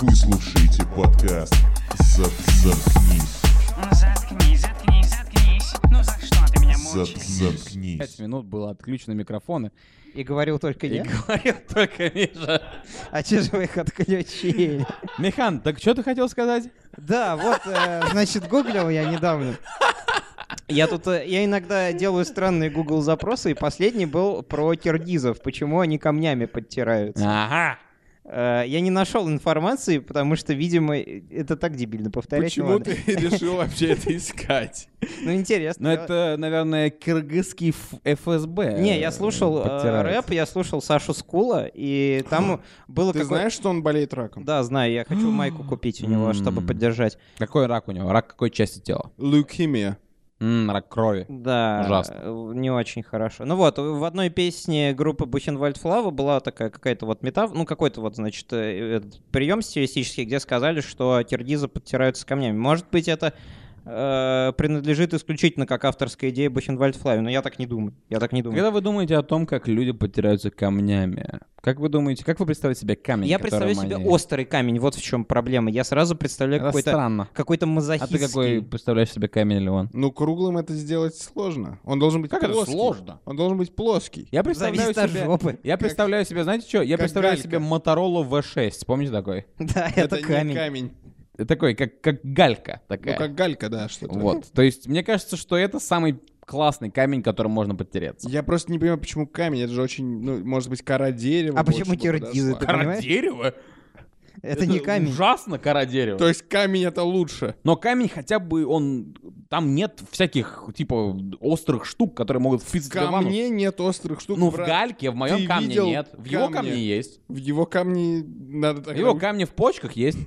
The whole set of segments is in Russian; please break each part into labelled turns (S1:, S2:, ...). S1: Вы слушаете подкаст «Зап- «Заткнись».
S2: Ну заткнись, заткнись, заткнись. Ну за что ты меня
S1: «Зап-
S2: мучаешь?
S1: «Заткнись».
S3: Пять минут было отключено микрофоны.
S4: И говорил только
S3: И
S4: я.
S3: говорил только Миша.
S4: А че же вы их отключили?
S3: Михан, так что ты хотел сказать?
S4: Да, вот, э, значит, гуглил я недавно. Я тут, э, я иногда делаю странные Google запросы, и последний был про киргизов, почему они камнями подтираются.
S3: Ага.
S4: Э, Я не нашел информации, потому что, видимо, э, это так дебильно повторять. не
S5: Почему
S4: надо.
S5: ты решил вообще это искать?
S4: Ну, интересно.
S3: Ну это, наверное, кыргызский ф- ФСБ.
S4: Не, я слушал э,
S3: подтирает.
S4: рэп, я слушал Сашу Скула, и там было
S5: Ты
S4: какое-
S5: знаешь, что он болеет раком?
S4: Да, знаю, я хочу майку купить у него, чтобы
S3: М.
S4: поддержать.
S3: Какой рак у него? Рак какой части тела?
S5: Лейкемия.
S3: М, рак крови.
S4: Да,
S3: Ужасно.
S4: э, не очень хорошо. Ну вот, в одной песне группы Бухенвальд Флава была такая какая-то вот метаф... ну какой-то вот, значит, э, этот прием стилистический, где сказали, что киргизы подтираются камнями. Может быть, это э, принадлежит исключительно как авторская идея Бухенвальд Флаве, но я так не думаю. Я так не думаю.
S3: Когда вы думаете о том, как люди подтираются камнями, как вы думаете, как вы представляете себе камень?
S4: Я
S3: которым
S4: представляю себе
S3: они-
S4: острый камень, вот в чем проблема. Я сразу представляю
S3: Это
S4: какой-то
S3: странно.
S4: какой-то
S3: А
S4: мазохистский.
S3: ты какой представляешь себе камень, Леон?
S5: Ну, круглым это сделать сложно. Он должен быть
S3: Как это
S5: плоский.
S3: сложно?
S5: Он должен быть плоский.
S3: Я представляю
S4: Зависит от
S3: себе...
S4: жопы.
S3: Я представляю себе, знаете что? Я
S5: как
S3: представляю
S5: галька.
S3: себе Motorola V6, помните такой?
S4: Да, это
S5: Это, не
S4: камень.
S5: камень.
S3: Такой, как, как галька
S5: Ну,
S3: такая.
S5: как галька, да, что-то.
S3: Э. Вот. То есть, мне кажется, что это самый классный камень, которым можно подтереться.
S5: Я просто не понимаю, почему камень. Это же очень, ну, может быть, кора дерева.
S4: А
S5: больше
S4: почему
S5: бы
S4: киргизы?
S5: подошла.
S4: Ты понимаешь?
S3: дерева?
S4: Это не камень.
S3: Ужасно кора дерева.
S5: То есть камень это лучше.
S3: Но камень хотя бы, он... Там нет всяких, типа, острых штук, которые могут
S5: В
S3: впиться тебе в ванну.
S5: камне нет острых штук.
S3: Ну, в
S5: брат.
S3: гальке, в моем
S5: Ты
S3: камне
S5: видел
S3: нет. В его
S5: камни?
S3: камне есть.
S5: В его камне надо
S3: В
S5: так... а
S3: его камне в почках есть.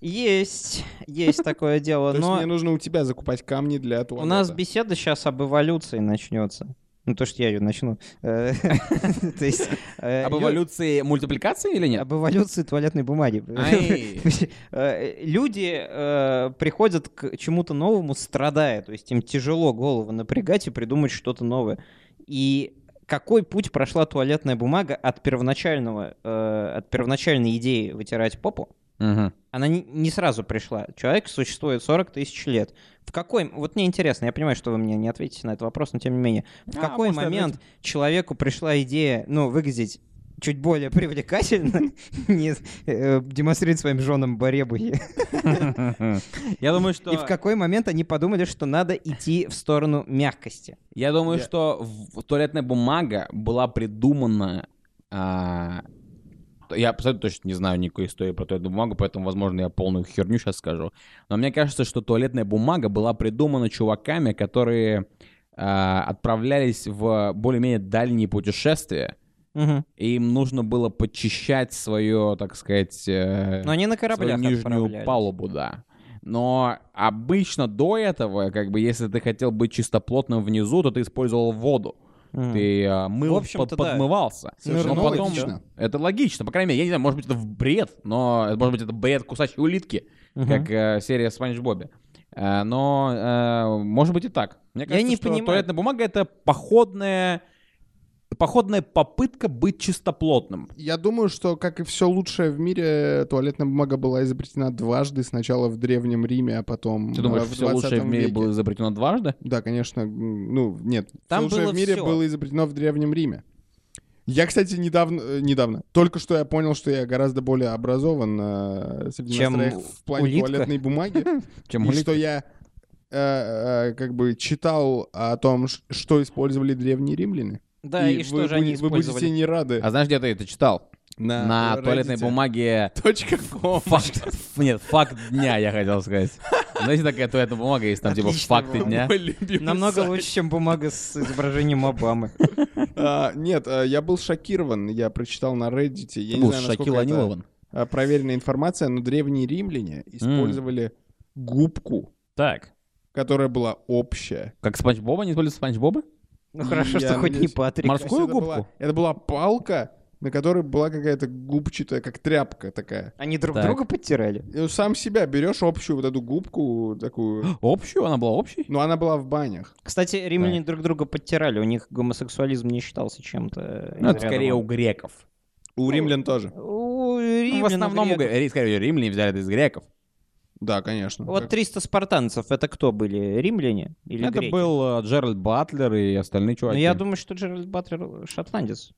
S4: Есть, есть такое дело,
S5: То есть
S4: но
S5: мне нужно у тебя закупать камни для
S4: У
S5: туалета.
S4: нас беседа сейчас об эволюции начнется. Ну, то, что я ее начну. Э, То есть... э,
S3: Об
S4: лю-
S3: эволюции мультипликации или нет?
S4: Об эволюции туалетной бумаги.
S3: Ай.
S4: Э, Люди э, приходят к чему-то новому, страдая. То есть им тяжело голову напрягать и придумать что-то новое. И какой путь прошла туалетная бумага от первоначального, э, от первоначальной идеи вытирать попу
S3: Мгм.
S4: она не, не сразу пришла. Человек существует 40 тысяч лет. В какой... Вот мне интересно, я понимаю, что вы мне не ответите на этот вопрос, но тем не менее. В
S3: А,
S4: какой
S3: может,
S4: момент человеку пришла идея, ну, выглядеть чуть более привлекательно, не э, демонстрировать своим женам баребухи?
S3: Я думаю, что...
S4: И в какой момент они подумали, что надо идти в сторону мягкости?
S3: Я думаю,
S5: Я-
S3: что в- туалетная бумага была придумана. а, т- я абсолютно точно не знаю никакой истории про туалетную бумагу, поэтому, возможно, я полную херню сейчас скажу. Но мне кажется, что туалетная бумага была придумана чуваками, которые а, отправлялись в более-менее дальние путешествия.
S4: Мгм.
S3: И им нужно было подчищать свое, так сказать, э,
S4: Но они на
S3: свою
S4: кораблях
S3: нижнюю
S4: отправлялись.
S3: палубу, да. Но обычно до этого, как бы, если ты хотел быть чистоплотным внизу, то ты использовал воду.
S4: Мгм.
S3: Ты э, мыл,
S4: В общем-то,
S3: под-
S4: да.
S3: подмывался.
S5: Совершенно
S3: но потом...
S5: ну, логично.
S3: Это логично, по крайней мере, я не знаю, может быть, это в бред, но э, может быть, это бред кусачей улитки,
S4: Мгм.
S3: как э, серия Спанч Бобби. Э, но э, может быть и так. Мне кажется,
S4: не
S3: что
S4: понимаю.
S3: туалетная бумага это походная, походная попытка быть чистоплотным.
S5: Я думаю, что, как и все лучшее в мире, туалетная бумага была изобретена дважды. Сначала в Древнем Риме, а потом
S3: Ты думаешь,
S5: э, в
S3: все лучшее в
S5: 20
S3: мире
S5: веке.
S3: было изобретено дважды?
S5: Да, конечно. м, Ну, нет.
S4: Там
S5: Там лучшее
S4: было
S5: в мире
S4: всё.
S5: было изобретено в Древнем Риме. Я, кстати, недавно, э, недавно, только что я понял, что я гораздо более образован э, среди
S4: Чем
S5: нас троих в плане
S4: улитка?
S5: туалетной бумаги.
S3: Чем
S5: И
S3: улитка?
S5: что я э, э, как бы читал о том, ш- что использовали древние римляне.
S4: Да, и что
S5: вы
S4: же они
S5: будете- Вы будете
S4: использовали?
S5: не рады.
S3: А знаешь, где ты это читал? На туалетной
S5: Reddit.
S3: бумаге
S5: Точка ком.
S3: факт. Нет, факт дня, я хотел сказать. Знаете, такая туалетная бумага есть, там типа
S4: Отлично,
S3: факты дня.
S4: Намного лучше, чем бумага с изображением Обамы.
S5: А, Нет, а, я был шокирован, я прочитал на Reddit.
S3: Ты
S5: Я не
S3: был
S5: знаю, насколько
S3: Шакил
S5: это
S3: Анилован.
S5: а, проверенная информация, но древние римляне использовали губку,
S3: Так.
S5: которая была общая.
S3: Как Спанч Боба? Не используют Спанч Боба?
S4: Ну хорошо,
S5: Я
S4: что хоть не
S5: надеюсь.
S4: Патрик.
S5: То есть
S3: Морскую
S5: это была-
S3: губку?
S5: Это была палка, на которой была какая-то губчатая, как тряпка такая.
S4: Они друг
S3: Так.
S4: друга подтирали?
S5: И сам себя берешь общую вот эту губку такую.
S3: Общую? Она была общей?
S5: Но она была в банях.
S4: Кстати, римляне друг друга подтирали, у них гомосексуализм не считался чем-то.
S3: Ну, это
S4: изрядным.
S3: скорее у греков.
S5: У римлян тоже.
S4: У Ну, римлян,
S3: в основном,
S4: греков.
S3: гре- скорее, римляне взяли это из греков.
S5: Да, конечно.
S4: Вот
S5: Как-
S4: 300 спартанцев, это кто были? Римляне или
S3: это
S4: греки?
S3: был э, Джеральд Батлер и остальные
S4: Ну,
S3: чуваки.
S4: я думаю, что Джеральд Батлер шотландец.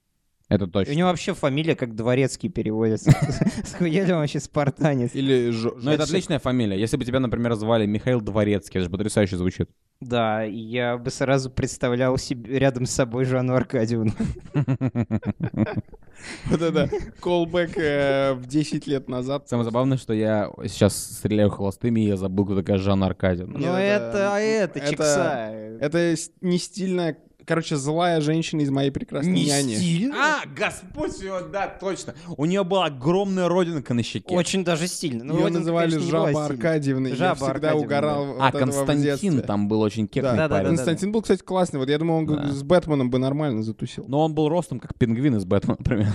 S3: Это
S4: У
S3: точно.
S4: него вообще фамилия как дворецкий переводится. Схуяли он вообще спартанец.
S5: Или Жо-
S3: Но Ну, это отличная фамилия. Если бы тебя, например, звали Михаил Дворецкий, это же потрясающе звучит.
S4: Да, и я бы сразу представлял себе рядом с собой Жанну Аркадьевну.
S5: Вот это колбэк э, в 10 лет назад.
S3: Самое забавное, что я сейчас стреляю холостыми, и я забыл, кто такая Жанна Аркадьевна.
S5: Нет,
S4: Ну это,
S5: это-
S4: а это,
S5: это-
S4: чекса.
S5: Это с- не стильная, короче, злая женщина из моей прекрасной няни.
S3: А, Господь его, да, точно. У нее была огромная родинка на щеке.
S4: Очень даже стильно. Ну,
S5: Ее
S4: Родинка,
S5: называли
S4: конечно, не была
S5: Жаба
S4: стильной.
S5: Аркадьевна. и Я
S4: Жаба
S5: всегда
S4: Аркадьевна,
S5: угорал
S3: а
S5: от этого в детстве.
S3: Константин там был очень кекный
S5: Да,
S4: да,
S3: парень.
S5: Константин был, кстати, классный. Вот я думал, он
S3: Да.
S5: с Бэтменом бы нормально затусил.
S3: Но он был ростом, как пингвин из Бэтмена, например.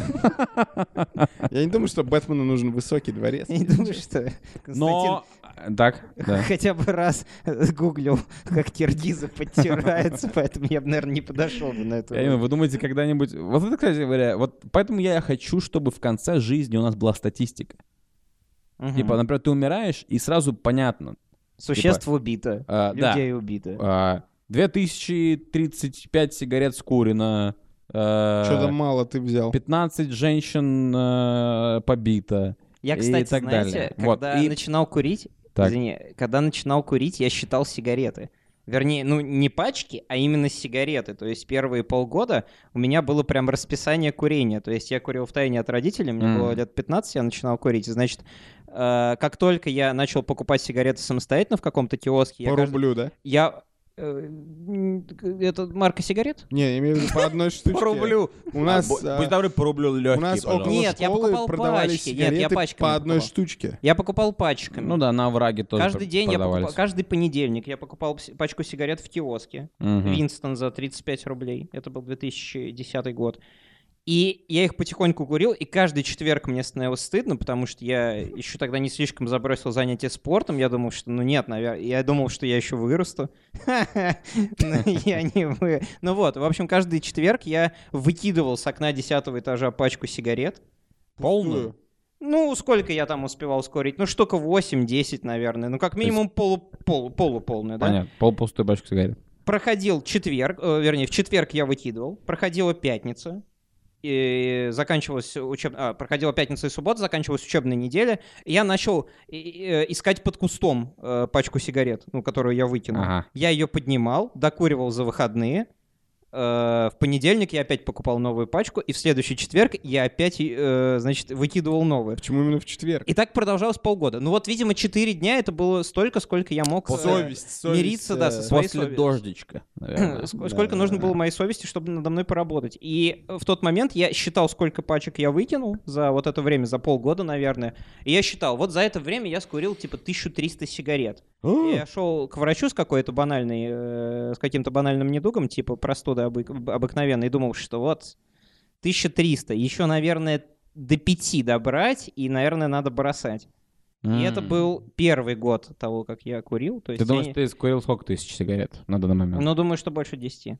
S5: Я не думаю, что Бэтмену нужен высокий дворец.
S4: Я не думаю, что Константин
S3: Но... Так, да.
S4: хотя бы раз гуглил, как киргизы подтираются, поэтому я бы, наверное, не подошел бы на
S3: Я имею в
S4: это.
S3: виду, вы думаете когда-нибудь... Вот это, кстати говоря, вот поэтому я хочу, чтобы в конце жизни у нас была статистика.
S4: Мгм.
S3: Типа, например, ты умираешь, и сразу понятно.
S4: Существ убито,
S3: А, да.
S4: людей убито.
S3: а, 2035 сигарет скурено. а,
S5: Что-то мало ты взял.
S3: 15 женщин а, побито.
S4: Я,
S3: и
S4: кстати,
S3: так
S4: знаете,
S3: далее. Вот,
S4: когда
S3: и-
S4: начинал курить,
S3: Так.
S4: извини, когда начинал курить, я считал сигареты. Вернее, ну не пачки, а именно сигареты. То есть первые полгода у меня было прям расписание курения. То есть я курил в тайне от родителей, мне
S3: Мгм.
S4: было лет 15, я начинал курить. И, Значит, э, как только я начал покупать сигареты самостоятельно в каком-то киоске, я,
S5: По
S4: кажд-
S5: рублю, да?
S4: я э, м, это марка сигарет?
S5: Не, я имею в виду по одной штучке.
S4: По рублю.
S5: У нас...
S3: Будь
S5: а,
S3: добры, порублю легкие,
S5: У нас около
S4: пожалуйста. Нет, я
S5: школы
S4: покупал
S5: продавались
S4: пачки. Нет, я
S5: сигареты
S4: пачками
S5: по одной
S4: покупал.
S5: штучке.
S4: Я покупал пачками.
S3: Ну да, на враге тоже
S4: Каждый
S3: пр-
S4: день я покупал,
S3: продавались.
S4: каждый понедельник я покупал пс- пачку сигарет в киоске.
S3: Мгм.
S4: Винстон за 35 рублей. Это был 2010 год. И я их потихоньку курил, и каждый четверг мне становилось стыдно, потому что я еще тогда не слишком забросил занятия спортом. Я думал, что ну нет, наверное, я думал, что я еще вырасту. Но я не вы. Ну вот, в общем, каждый четверг я выкидывал с окна 10 этажа пачку сигарет.
S3: Полную?
S4: Ну, сколько я там успевал ускорить? Ну, штука 8-10, наверное. Ну, как минимум полу, полу, полуполная, да?
S3: Понятно, полпустой пачка сигарет.
S4: Проходил четверг, э, вернее, в четверг я выкидывал. Проходила пятница. И заканчивалась учеб... а, проходила пятница и суббота, заканчивалась учебная неделя. И я начал э, э, искать под кустом э, пачку сигарет, ну, которую я выкинул.
S3: Ага.
S4: Я ее поднимал, докуривал за выходные. Э, В понедельник я опять покупал новую пачку, и в следующий четверг я опять, э, значит, выкидывал новую.
S5: Почему именно в четверг?
S4: И так продолжалось полгода. Ну вот, видимо, 4 дня это было столько, сколько я мог... э, мириться, да, со
S5: э,
S4: своей
S3: После
S4: совестью.
S3: дождичка, наверное.
S4: ск- Сколько нужно было моей совести, чтобы надо мной поработать. И э, в тот момент я считал, сколько пачек я выкинул за вот это время, за полгода, наверное. И я считал, вот за это время я скурил типа 1300 сигарет.
S3: А?
S4: И Я шел к врачу с какой-то банальной, э, с каким-то банальным недугом, типа простуды обы- обыкновенной, и думал, что вот 1300, еще, наверное, до пяти добрать, и, наверное, надо бросать. И это
S3: М.
S4: был первый год того, как я курил. То есть
S3: Ты
S4: я
S3: думаешь,
S4: не-
S3: ты скурил сколько тысяч сигарет на данный момент?
S4: Ну, думаю, что больше 10.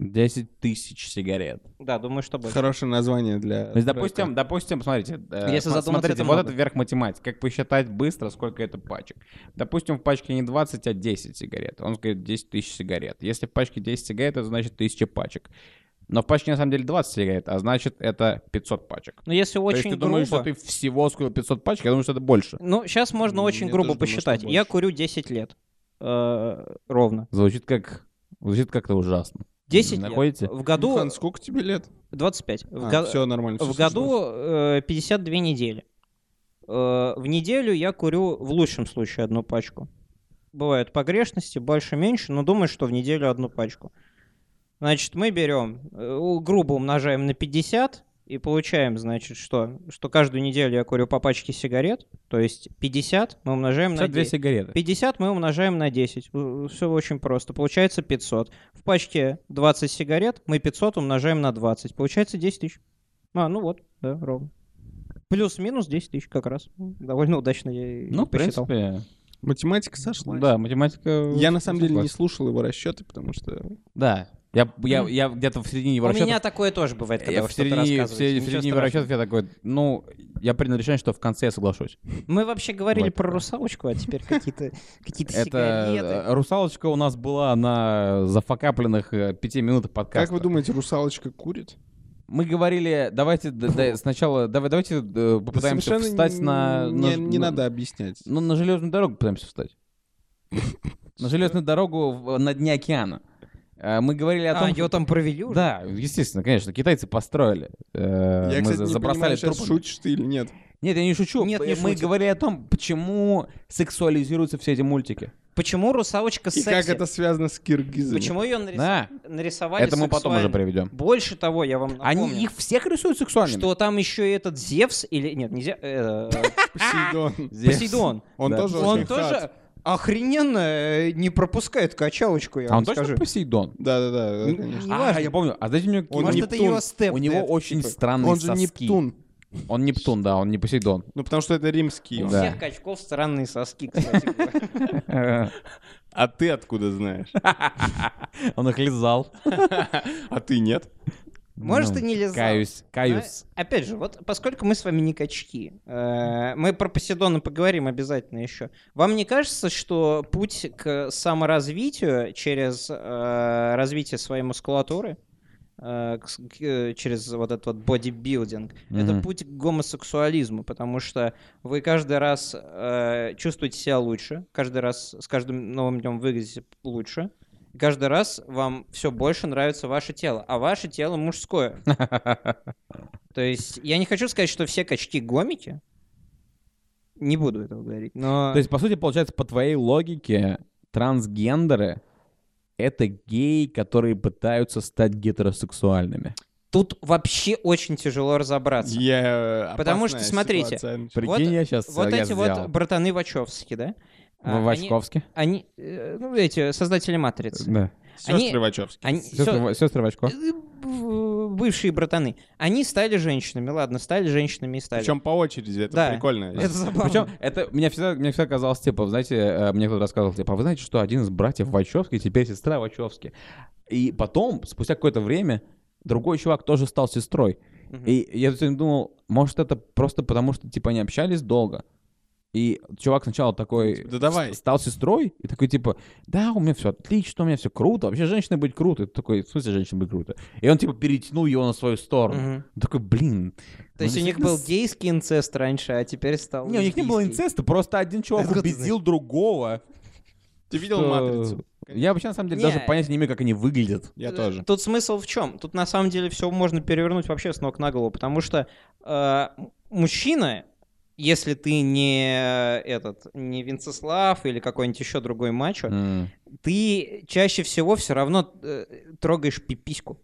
S3: 10 тысяч сигарет.
S4: Да, думаю, что больше.
S5: Хорошее название для...
S3: То есть, допустим, допустим, смотрите, э,
S4: Если
S3: см-
S4: задуматься,
S3: смотрите,
S4: это
S3: вот
S4: много.
S3: это вверх математики. Как посчитать быстро, сколько это пачек? Допустим, в пачке не 20, а 10 сигарет. Он говорит 10 тысяч сигарет. Если в пачке 10 сигарет, это значит 1000 пачек. Но в пачке на самом деле 20 сигарет, а значит это 500 пачек.
S4: Но Ну, если
S3: То
S4: очень
S3: есть ты
S4: грубо...
S3: думаешь, что ты всего скурил 500 пачек, я думаю, что это больше.
S4: Ну, сейчас можно
S5: Ну,
S4: очень
S5: я
S4: грубо
S5: тоже думаю, что
S4: посчитать. Я
S5: больше.
S4: курю 10 лет. Э, ровно.
S3: Звучит как... Звучит как-то ужасно.
S4: 10
S3: Находите?
S4: лет. В году...
S5: Хан, сколько тебе лет?
S4: 25. В, го-
S5: все нормально. А, всё
S4: в году э, 52 недели. Э, в неделю я курю в лучшем случае одну пачку. Бывают погрешности, больше-меньше, но думаю, что в неделю одну пачку. Значит, мы берем, э, у- грубо умножаем на 50 и получаем, значит, что? Что каждую неделю я курю по пачке сигарет, то есть 50 мы умножаем на
S3: 52
S4: 10.
S3: сигареты.
S4: 50 мы умножаем на 10. Все очень просто. Получается 500. В пачке 20 сигарет мы 500 умножаем на 20. Получается 10 тысяч. А, ну вот, да, ровно. Плюс-минус 10 тысяч как раз. Ну, Довольно удачно я и
S3: Ну, в
S4: посчитал.
S3: принципе,
S5: смешно. Математика сошла.
S3: да, математика...
S5: Я на самом деле не
S3: Согласен.
S5: слушал его расчеты, потому что
S3: Да, Я, я, я где-то в середине его
S4: У
S3: расчетов...
S4: меня такое тоже бывает, когда
S3: я
S4: вы
S3: в
S4: что-то
S3: середине, в
S4: рассказываете,
S3: середине, в
S4: ничего
S3: середине его
S4: страшного.
S3: расчетов я такой, ну, я принял решение, что в конце я соглашусь.
S4: Мы вообще говорили
S3: Вот.
S4: про русалочку, а теперь какие-то какие-то
S3: Это
S4: сигареты.
S3: э, русалочка у нас была на зафакапленных э, пяти минутах подкаста.
S5: Как вы думаете, русалочка курит?
S3: Мы говорили, давайте д- д- сначала, давай, давайте э, попытаемся
S5: Совершенно
S3: встать
S5: не-
S3: на... на-
S5: Не, не
S3: на-
S5: надо объяснять.
S4: Э,
S3: Ну, на железную дорогу пытаемся встать. На железную дорогу в- на дне океана. Э, Мы говорили о
S4: А,
S3: том,
S4: ее
S3: что...
S4: там провели уже?
S3: Да, естественно, конечно, китайцы построили. Э,
S5: Я,
S3: Мы
S5: кстати,
S3: за-
S5: не
S3: забросали
S5: понимаю, сейчас
S3: трупами.
S5: шутишь ты или нет.
S3: Нет, я не шучу. Э,
S4: Нет, не
S3: Мы
S4: шутит.
S3: говорили о том, почему сексуализируются все эти мультики.
S4: Почему русалочка
S5: И
S4: секси?
S5: как это связано с киргизами?
S4: Почему ее нарис-
S3: Да.
S4: нарисовали
S3: Это мы потом уже
S4: сексуально?
S3: приведем.
S4: Больше того, я вам напомню,
S3: Они их всех рисуют сексуальными.
S4: что там еще и этот Зевс или... Нет, не Зевс, э,
S5: Посейдон.
S3: Здесь-
S4: Посейдон.
S5: Он
S3: Да.
S5: тоже
S4: Он
S5: очень
S4: тоже
S5: хат.
S4: охрененно э, не пропускает качалочку, я
S3: А
S4: вам
S3: он точно
S4: скажу.
S3: Посейдон?
S5: Да-да-да, да,
S3: М,
S5: конечно.
S3: А, я помню. А знаете, у него...
S5: Он
S4: Может,
S5: Нептун.
S4: это его степ. Типа,
S3: у него
S4: Дэд.
S3: очень странные
S5: Типа, Он же
S3: соски.
S5: Нептун.
S3: Он Нептун, да, он не Посейдон.
S5: Ну, потому что это римский.
S4: У
S5: он.
S3: Да.
S4: всех качков странные соски, кстати. говоря.
S5: А ты откуда знаешь?
S3: Он их лизал.
S5: А ты нет?
S4: Может,
S3: Ну,
S4: и не лизал.
S3: Каюсь, каюсь.
S4: Но, опять же, вот поскольку мы с вами не качки, э, мы про Посейдона поговорим обязательно еще. Вам не кажется, что путь к саморазвитию через э, развитие своей мускулатуры, э, к с- к, э, через вот этот вот бодибилдинг, это
S3: Мгм.
S4: путь к гомосексуализму, потому что вы каждый раз э, чувствуете себя лучше, каждый раз с каждым новым днем выглядите лучше. и Каждый раз вам все больше нравится ваше тело, а ваше тело мужское. То есть я не хочу сказать, что все качки гомики. Не буду этого говорить, но...
S3: То есть, по сути, получается, по твоей логике, трансгендеры — это геи, которые пытаются стать гетеросексуальными.
S4: Тут вообще очень тяжело разобраться.
S5: Я э,
S4: Потому
S5: опасная
S4: что, смотрите,
S5: ситуация, Андрей.
S3: Прикинь,
S4: Вот-
S3: я сейчас
S4: Вот
S3: я
S4: эти
S3: сделал.
S4: вот братаны Вачовски, да? А,
S3: В Вачковске.
S4: Они, они, э, ну, эти создатели «Матрицы».
S3: Да.
S5: Сёстры
S4: они-
S5: Вачовски.
S4: Они,
S3: Сестры,
S4: всё-
S3: Ва- сестры Вачко.
S4: э, б- бывшие братаны. Они стали женщинами, ладно, стали женщинами и стали.
S5: Причем по очереди, это
S4: Да.
S5: прикольно.
S4: Это забавно.
S3: Причем это мне всегда, мне всегда казалось, типа, знаете, э, мне кто-то рассказывал, типа, «А вы знаете, что один из братьев Вачовски теперь сестра Вачовски. И потом, спустя какое-то время, другой чувак тоже стал сестрой.
S4: Мгм.
S3: И я все время думал, может, это просто потому, что, типа, они общались долго. И чувак сначала такой...
S4: Типа,
S5: Да давай.
S3: с- Стал сестрой, и такой, типа, да, у меня все отлично, у меня все круто. Вообще, женщина быть круто. И ты такой, в смысле, женщина быть круто? И он, типа, перетянул его на свою сторону.
S4: Мгм.
S3: Он Такой, блин.
S4: То есть у
S3: ну,
S4: них
S3: действительно
S4: был гейский инцест раньше, а теперь стал
S3: Не, у них не было
S4: лесбийский.
S3: инцеста, просто один чувак
S4: Откуда ты
S3: убедил другого.
S5: Ты видел
S3: что-
S5: «Матрицу»?
S3: Я вообще, на самом деле,
S4: Не.
S3: даже понятия не имею, как они выглядят.
S5: Я тоже.
S4: Тут смысл в чем? Тут на самом деле все можно перевернуть вообще с ног на голову, потому что э, м- мужчина, если ты не э, этот, не Венцеслав или какой-нибудь еще другой мачо,
S3: М.
S4: ты чаще всего все равно э, трогаешь пипиську.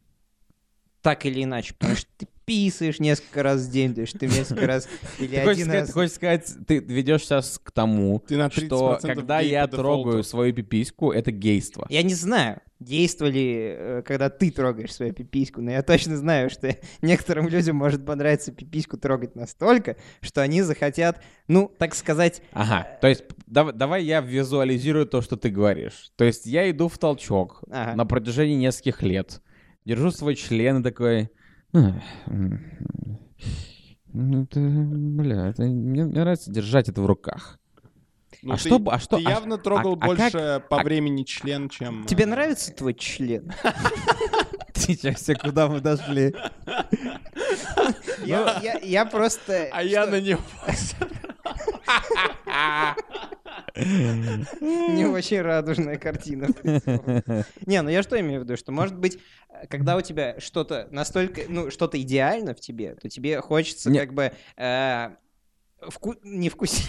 S4: Так или иначе, потому что ты писаешь несколько раз в день, то есть ты несколько раз или
S3: Ты хочешь
S4: один
S3: сказать, ты
S4: раз.
S3: хочешь сказать, ты ведешь сейчас к тому,
S5: Ты на 30%
S3: что когда
S5: гей
S3: я
S5: по дефолту.
S3: трогаю свою пипиську, это гейство.
S5: типа.
S4: Я не знаю, действовали, э, когда ты трогаешь свою пипиську, но я точно знаю, что некоторым людям может понравиться пипиську трогать настолько, что они захотят, ну, так сказать,
S3: Ага, то есть дав- давай я визуализирую то, что ты говоришь. То есть я иду в толчок
S4: Ага.
S3: на протяжении нескольких лет, держу свой член и такой... «Ах, м, Ну, это, бля, это, мне, мне нравится держать это в руках.
S5: Ну,
S3: а,
S5: ты-
S3: что, б- а что...
S5: Ты
S3: а-
S5: явно трогал
S3: а как-
S5: больше по времени член, чем...
S4: тебе
S5: э,
S4: нравится твой член?
S3: Сейчас все, куда мы дошли.
S4: Я, я- я просто...
S5: А я на него...
S4: Не очень радужная картина. Не, ну я что имею в виду, что может быть, э, когда у тебя что-то настолько, ну что-то идеально в тебе, то тебе хочется
S3: Не.
S4: как бы э, вку- не вкусить.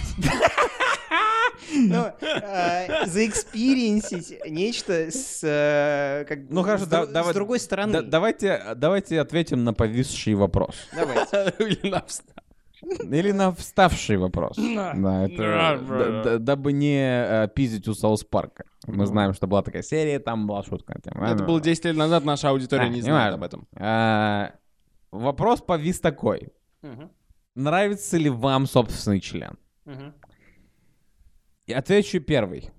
S4: Ну, э, заэкспириенсить нечто с, э, как,
S3: Ну, хорошо,
S4: с,
S3: да-
S4: дру-
S3: давай-
S4: с другой стороны.
S3: Да- давайте, давайте ответим на повисший вопрос.
S4: Давайте.
S5: Или на вста-
S3: Или на вставший вопрос. Да, это, д- д- дабы не э, пиздить у Саус Парка. Мы знаем, что была такая серия, там была шутка. на тему.
S5: Это было 10 лет назад, наша аудитория
S3: А,
S5: не
S3: не
S5: знает
S3: важно.
S5: об этом.
S3: А, Вопрос повис такой.
S4: Мгм,
S3: Нравится ли вам собственный член?
S4: мгм.
S3: И отвечу первый.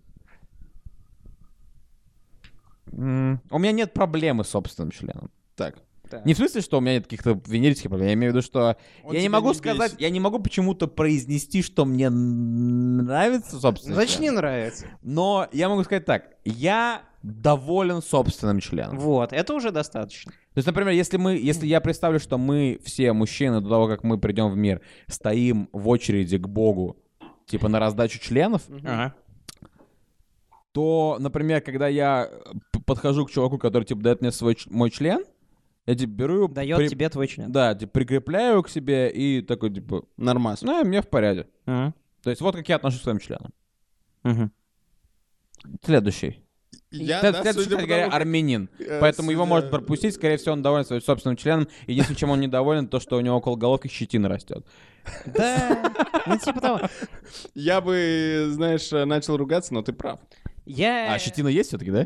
S3: м, у меня нет проблемы с собственным членом.
S5: Так.
S4: Так.
S3: Не в смысле, что у меня нет каких-то венерических проблем. Я имею в виду, что
S5: Он
S3: я
S5: тебя
S3: не могу
S5: не
S3: сказать,
S5: бесит.
S3: я не могу почему-то произнести, что мне нравится собственный
S4: Значит, не
S3: член.
S4: нравится.
S3: Но я могу сказать так. Я доволен собственным членом.
S4: Вот, это уже достаточно.
S3: То есть, например, если мы, если я представлю, что мы все мужчины до того, как мы придем в мир, стоим в очереди к Богу, типа на раздачу членов,
S4: Ага.
S3: то, например, когда я э, п- подхожу к чуваку, который типа дает мне свой ч- мой член, я типа беру, его,
S4: Дает
S3: при-
S4: тебе твой член.
S3: да, типа, прикрепляю его к себе и такой типа,
S5: Нормас.
S3: ну, мне в порядке.
S4: Ага.
S3: То есть вот как я отношусь к своим членам.
S4: Мгм.
S3: Следующий.
S5: Я,
S3: След-
S5: да,
S3: следующий,
S5: судя по
S3: кстати говоря,
S5: тому, как-
S3: армянин.
S5: э,
S3: а, Поэтому его
S5: судя-
S3: можно пропустить. Скорее всего, он доволен своим собственным членом. Единственное, чем он недоволен, то, что у него около головки щетина растет.
S4: Да, ну типа того.
S5: Я бы, знаешь, э, начал ругаться, но ты прав.
S4: Я...
S3: А щетина есть все-таки, да?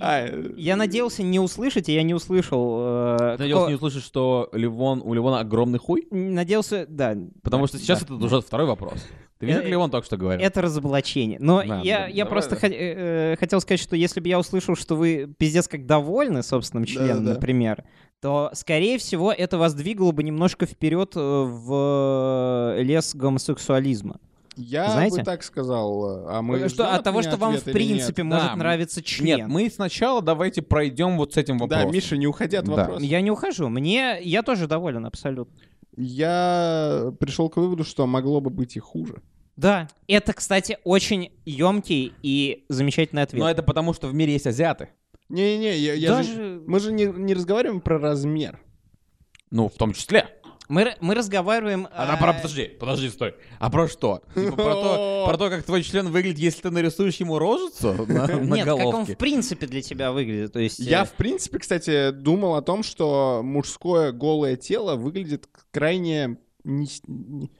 S5: А, э,
S4: Я надеялся не услышать, и я не услышал. э,
S3: Ты
S4: какого-
S3: надеялся не услышать, что Ливон, у Ливона огромный хуй?
S4: Надеялся, да.
S3: Потому
S4: да,
S3: что сейчас
S4: да.
S3: это уже второй вопрос. Ты видел, как
S4: Э,
S3: Ливон только что говорил?
S4: Это разоблачение. Но
S3: Да,
S4: я,
S3: да,
S4: я
S5: давай,
S4: просто
S5: да.
S4: хот- э, э, хотел сказать, что если бы я услышал, что вы пиздец как довольны собственным членом,
S5: да.
S4: например, то, скорее всего, это вас двигало бы немножко вперед э, в э, лес гомосексуализма.
S5: я
S4: Знаете?
S5: бы так сказал. э, А мы
S4: что
S5: ждем
S4: от того,
S5: меня
S4: что вам в
S5: ответа или нет?
S4: принципе может
S3: Да,
S4: нравиться член.
S3: Нет, мы сначала давайте пройдем вот с этим
S5: Да,
S3: вопросом.
S5: Миша, не уходи от
S3: Да.
S5: вопроса.
S4: Я не ухожу. Мне я тоже доволен абсолютно.
S5: Я пришел к выводу, что могло бы быть и хуже.
S4: Да. Это, кстати, очень емкий и замечательный ответ.
S3: Но это потому, что в мире есть азиаты.
S5: Не-не-не, я, я
S4: Даже
S5: же- мы же не, не разговариваем про размер.
S3: Ну, в том числе.
S4: мы, р- мы разговариваем.
S3: А,
S4: о-
S3: про, подожди, подожди, стой. А про что? Типа про, то, про то, как твой член выглядит, если ты нарисуешь ему рожицу на, на
S4: Нет, как он
S3: головке.
S4: в принципе для тебя выглядит. То есть,
S5: Я,
S4: э,
S5: в принципе, кстати, думал о том, что мужское голое тело выглядит крайне... не с- не-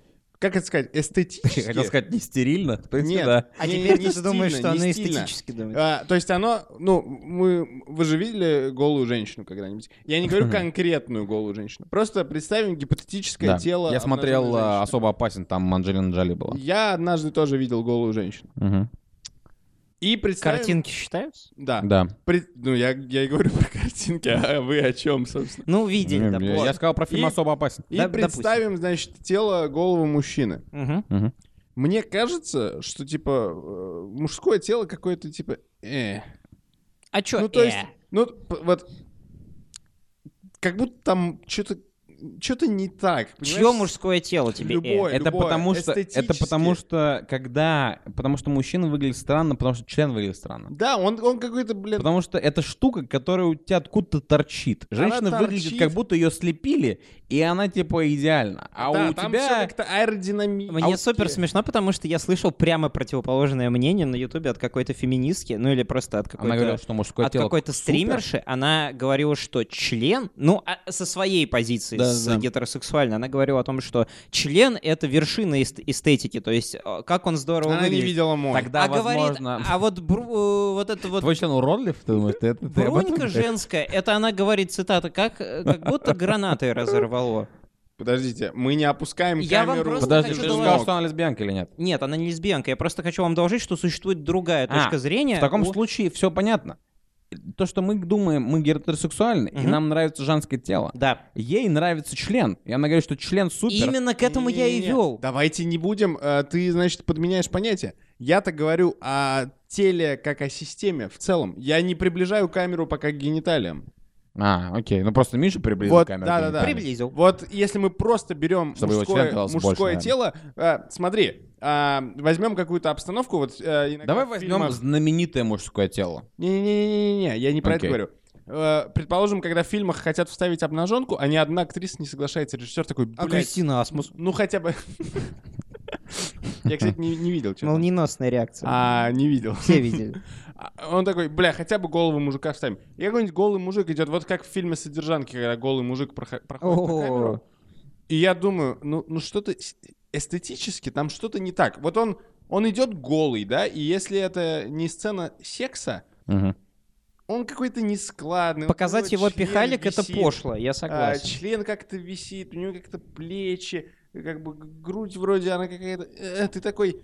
S5: как это сказать? Эстетически.
S3: Я хотел сказать, не стерильно. В принципе,
S5: Нет.
S3: да.
S4: А
S5: не-
S4: теперь
S5: не
S4: ты думаешь,
S5: стильно,
S4: что
S5: не
S4: она
S5: стильно.
S4: эстетически думает.
S5: А, то есть оно, ну, мы, вы же видели голую женщину когда-нибудь? Я не говорю конкретную голую женщину. Просто представим гипотетическое
S3: Да.
S5: тело.
S3: Я смотрел
S5: обнаженной
S3: а,
S5: женщины.
S3: «Особо опасен», там Анджелина Джоли была.
S5: Я однажды тоже видел голую женщину.
S3: Мгм.
S5: И представим...
S4: Картинки считаются?
S5: Да.
S3: Да.
S5: Пред- Ну, я, я и говорю про картинки, а вы о чем, собственно?
S4: Ну, видели,
S3: Не,
S4: допустим.
S3: я, я сказал про фильм
S5: И-
S3: «Особо опасен».
S5: И
S4: Да,
S5: представим, значит, тело голого мужчины.
S4: Мгм.
S3: Мгм.
S5: Мне кажется, что, типа, э, мужское тело какое-то, типа, э.
S4: А чё?
S5: Ну, то
S4: э?
S5: есть, ну, п- вот, как будто там что-то что-то не так.
S4: Чье
S5: понимаешь?
S4: мужское тело тебе? э?
S5: Любое.
S3: Это
S5: любое,
S3: потому что, это
S5: эстетически.
S3: потому что, когда, потому что мужчина выглядит странно, потому что член выглядит странно.
S5: Да, он, он какой-то, блин,
S3: Потому что это штука, которая у тебя откуда-то торчит. Женщина
S5: Она
S3: выглядит,
S5: торчит.
S3: как будто ее слепили, и она типа идеальна. А
S5: да,
S3: у
S5: там
S3: тебя...
S5: всё как-то аэродинамично.
S4: Мне супер смешно, потому что я слышал прямо противоположное мнение на Ютубе от какой-то феминистки, ну или просто от
S3: Она
S4: какой-то
S3: говорила, что мужское
S4: от
S3: тело
S4: какой-то
S3: супер.
S4: стримерши, она говорила, что член, ну, а- со своей позиции,
S5: Да,
S4: с
S5: да.
S4: гетеросексуальной, она говорила о том, что член — это вершина эст- эстетики, то есть э, как он здорово
S5: Она не
S4: выглядит.
S5: видела мой.
S3: Тогда,
S4: а
S3: возможно...
S4: говорит, а вот бру- э, вот это вот
S3: Твой член уродлив, ты думаешь? Ты, это- ты об этом
S4: Брунька
S3: говоришь?
S4: женская, это она говорит, цитата, как, э, как будто гранатой разорвало.
S5: Подождите, мы не опускаем
S4: Я вам
S5: камеру.
S4: просто
S3: Подожди,
S4: хочу
S3: ты же
S4: доложить.
S3: сказал, что она лесбиянка или нет?
S4: Нет, она не лесбиянка. Я просто хочу вам доложить, что существует другая
S3: А,
S4: точка зрения.
S3: В таком
S4: у-
S3: случае все понятно. То, что мы думаем, мы гетеросексуальны, и
S4: Мгм.
S3: нам нравится женское тело.
S4: Да.
S3: Ей нравится член. И она говорит, что член супер.
S4: Именно к этому я и
S5: Не-не-не,
S4: вел.
S5: Давайте не будем. э, Ты, значит, подменяешь понятие. Я-то говорю о теле как о системе в целом. Я не приближаю камеру пока к гениталиям.
S3: А, окей. Ну просто Миша приблизил
S5: Вот,
S3: камеру.
S5: да-да-да.
S3: Приблизил.
S4: Приблизил.
S5: Вот если мы просто берем
S3: Чтобы его член
S5: мужское,
S3: казался
S5: мужское
S3: больше, наверное.
S5: тело, э, смотри, а, возьмем какую-то обстановку. Вот, э, иногда
S3: Давай
S5: в
S3: возьмем
S5: фильмах-
S3: знаменитое мужское тело.
S5: Не-не-не-не-не, я не про это
S3: Окей.
S5: говорю. Э, Предположим, когда в фильмах хотят вставить обнаженку, а ни одна актриса не соглашается. Режиссер такой,
S3: А
S5: блядь,
S4: Агрессивно, асмус.
S5: ну хотя бы... Я, кстати, не не видел. чё там.
S4: Молниеносная реакция.
S5: А, не видел.
S4: Все видели.
S5: А Он такой, бля, хотя бы голову мужика вставим. И какой-нибудь голый мужик идет, вот как в фильме «Содержанки», когда голый мужик прохо- проходит на
S4: О.
S5: камеру. И я думаю, ну, ну что-то с- эстетически там что-то не так. Вот он, он идет голый, да, и если это не сцена секса, он какой-то нескладный. у
S4: Показать
S5: него
S4: его
S5: член
S4: пихалик — это
S5: висит,
S4: пошло, я
S5: а,
S4: согласен.
S5: член как-то висит, у него как-то плечи, как бы грудь вроде она какая-то... Э, ты такой...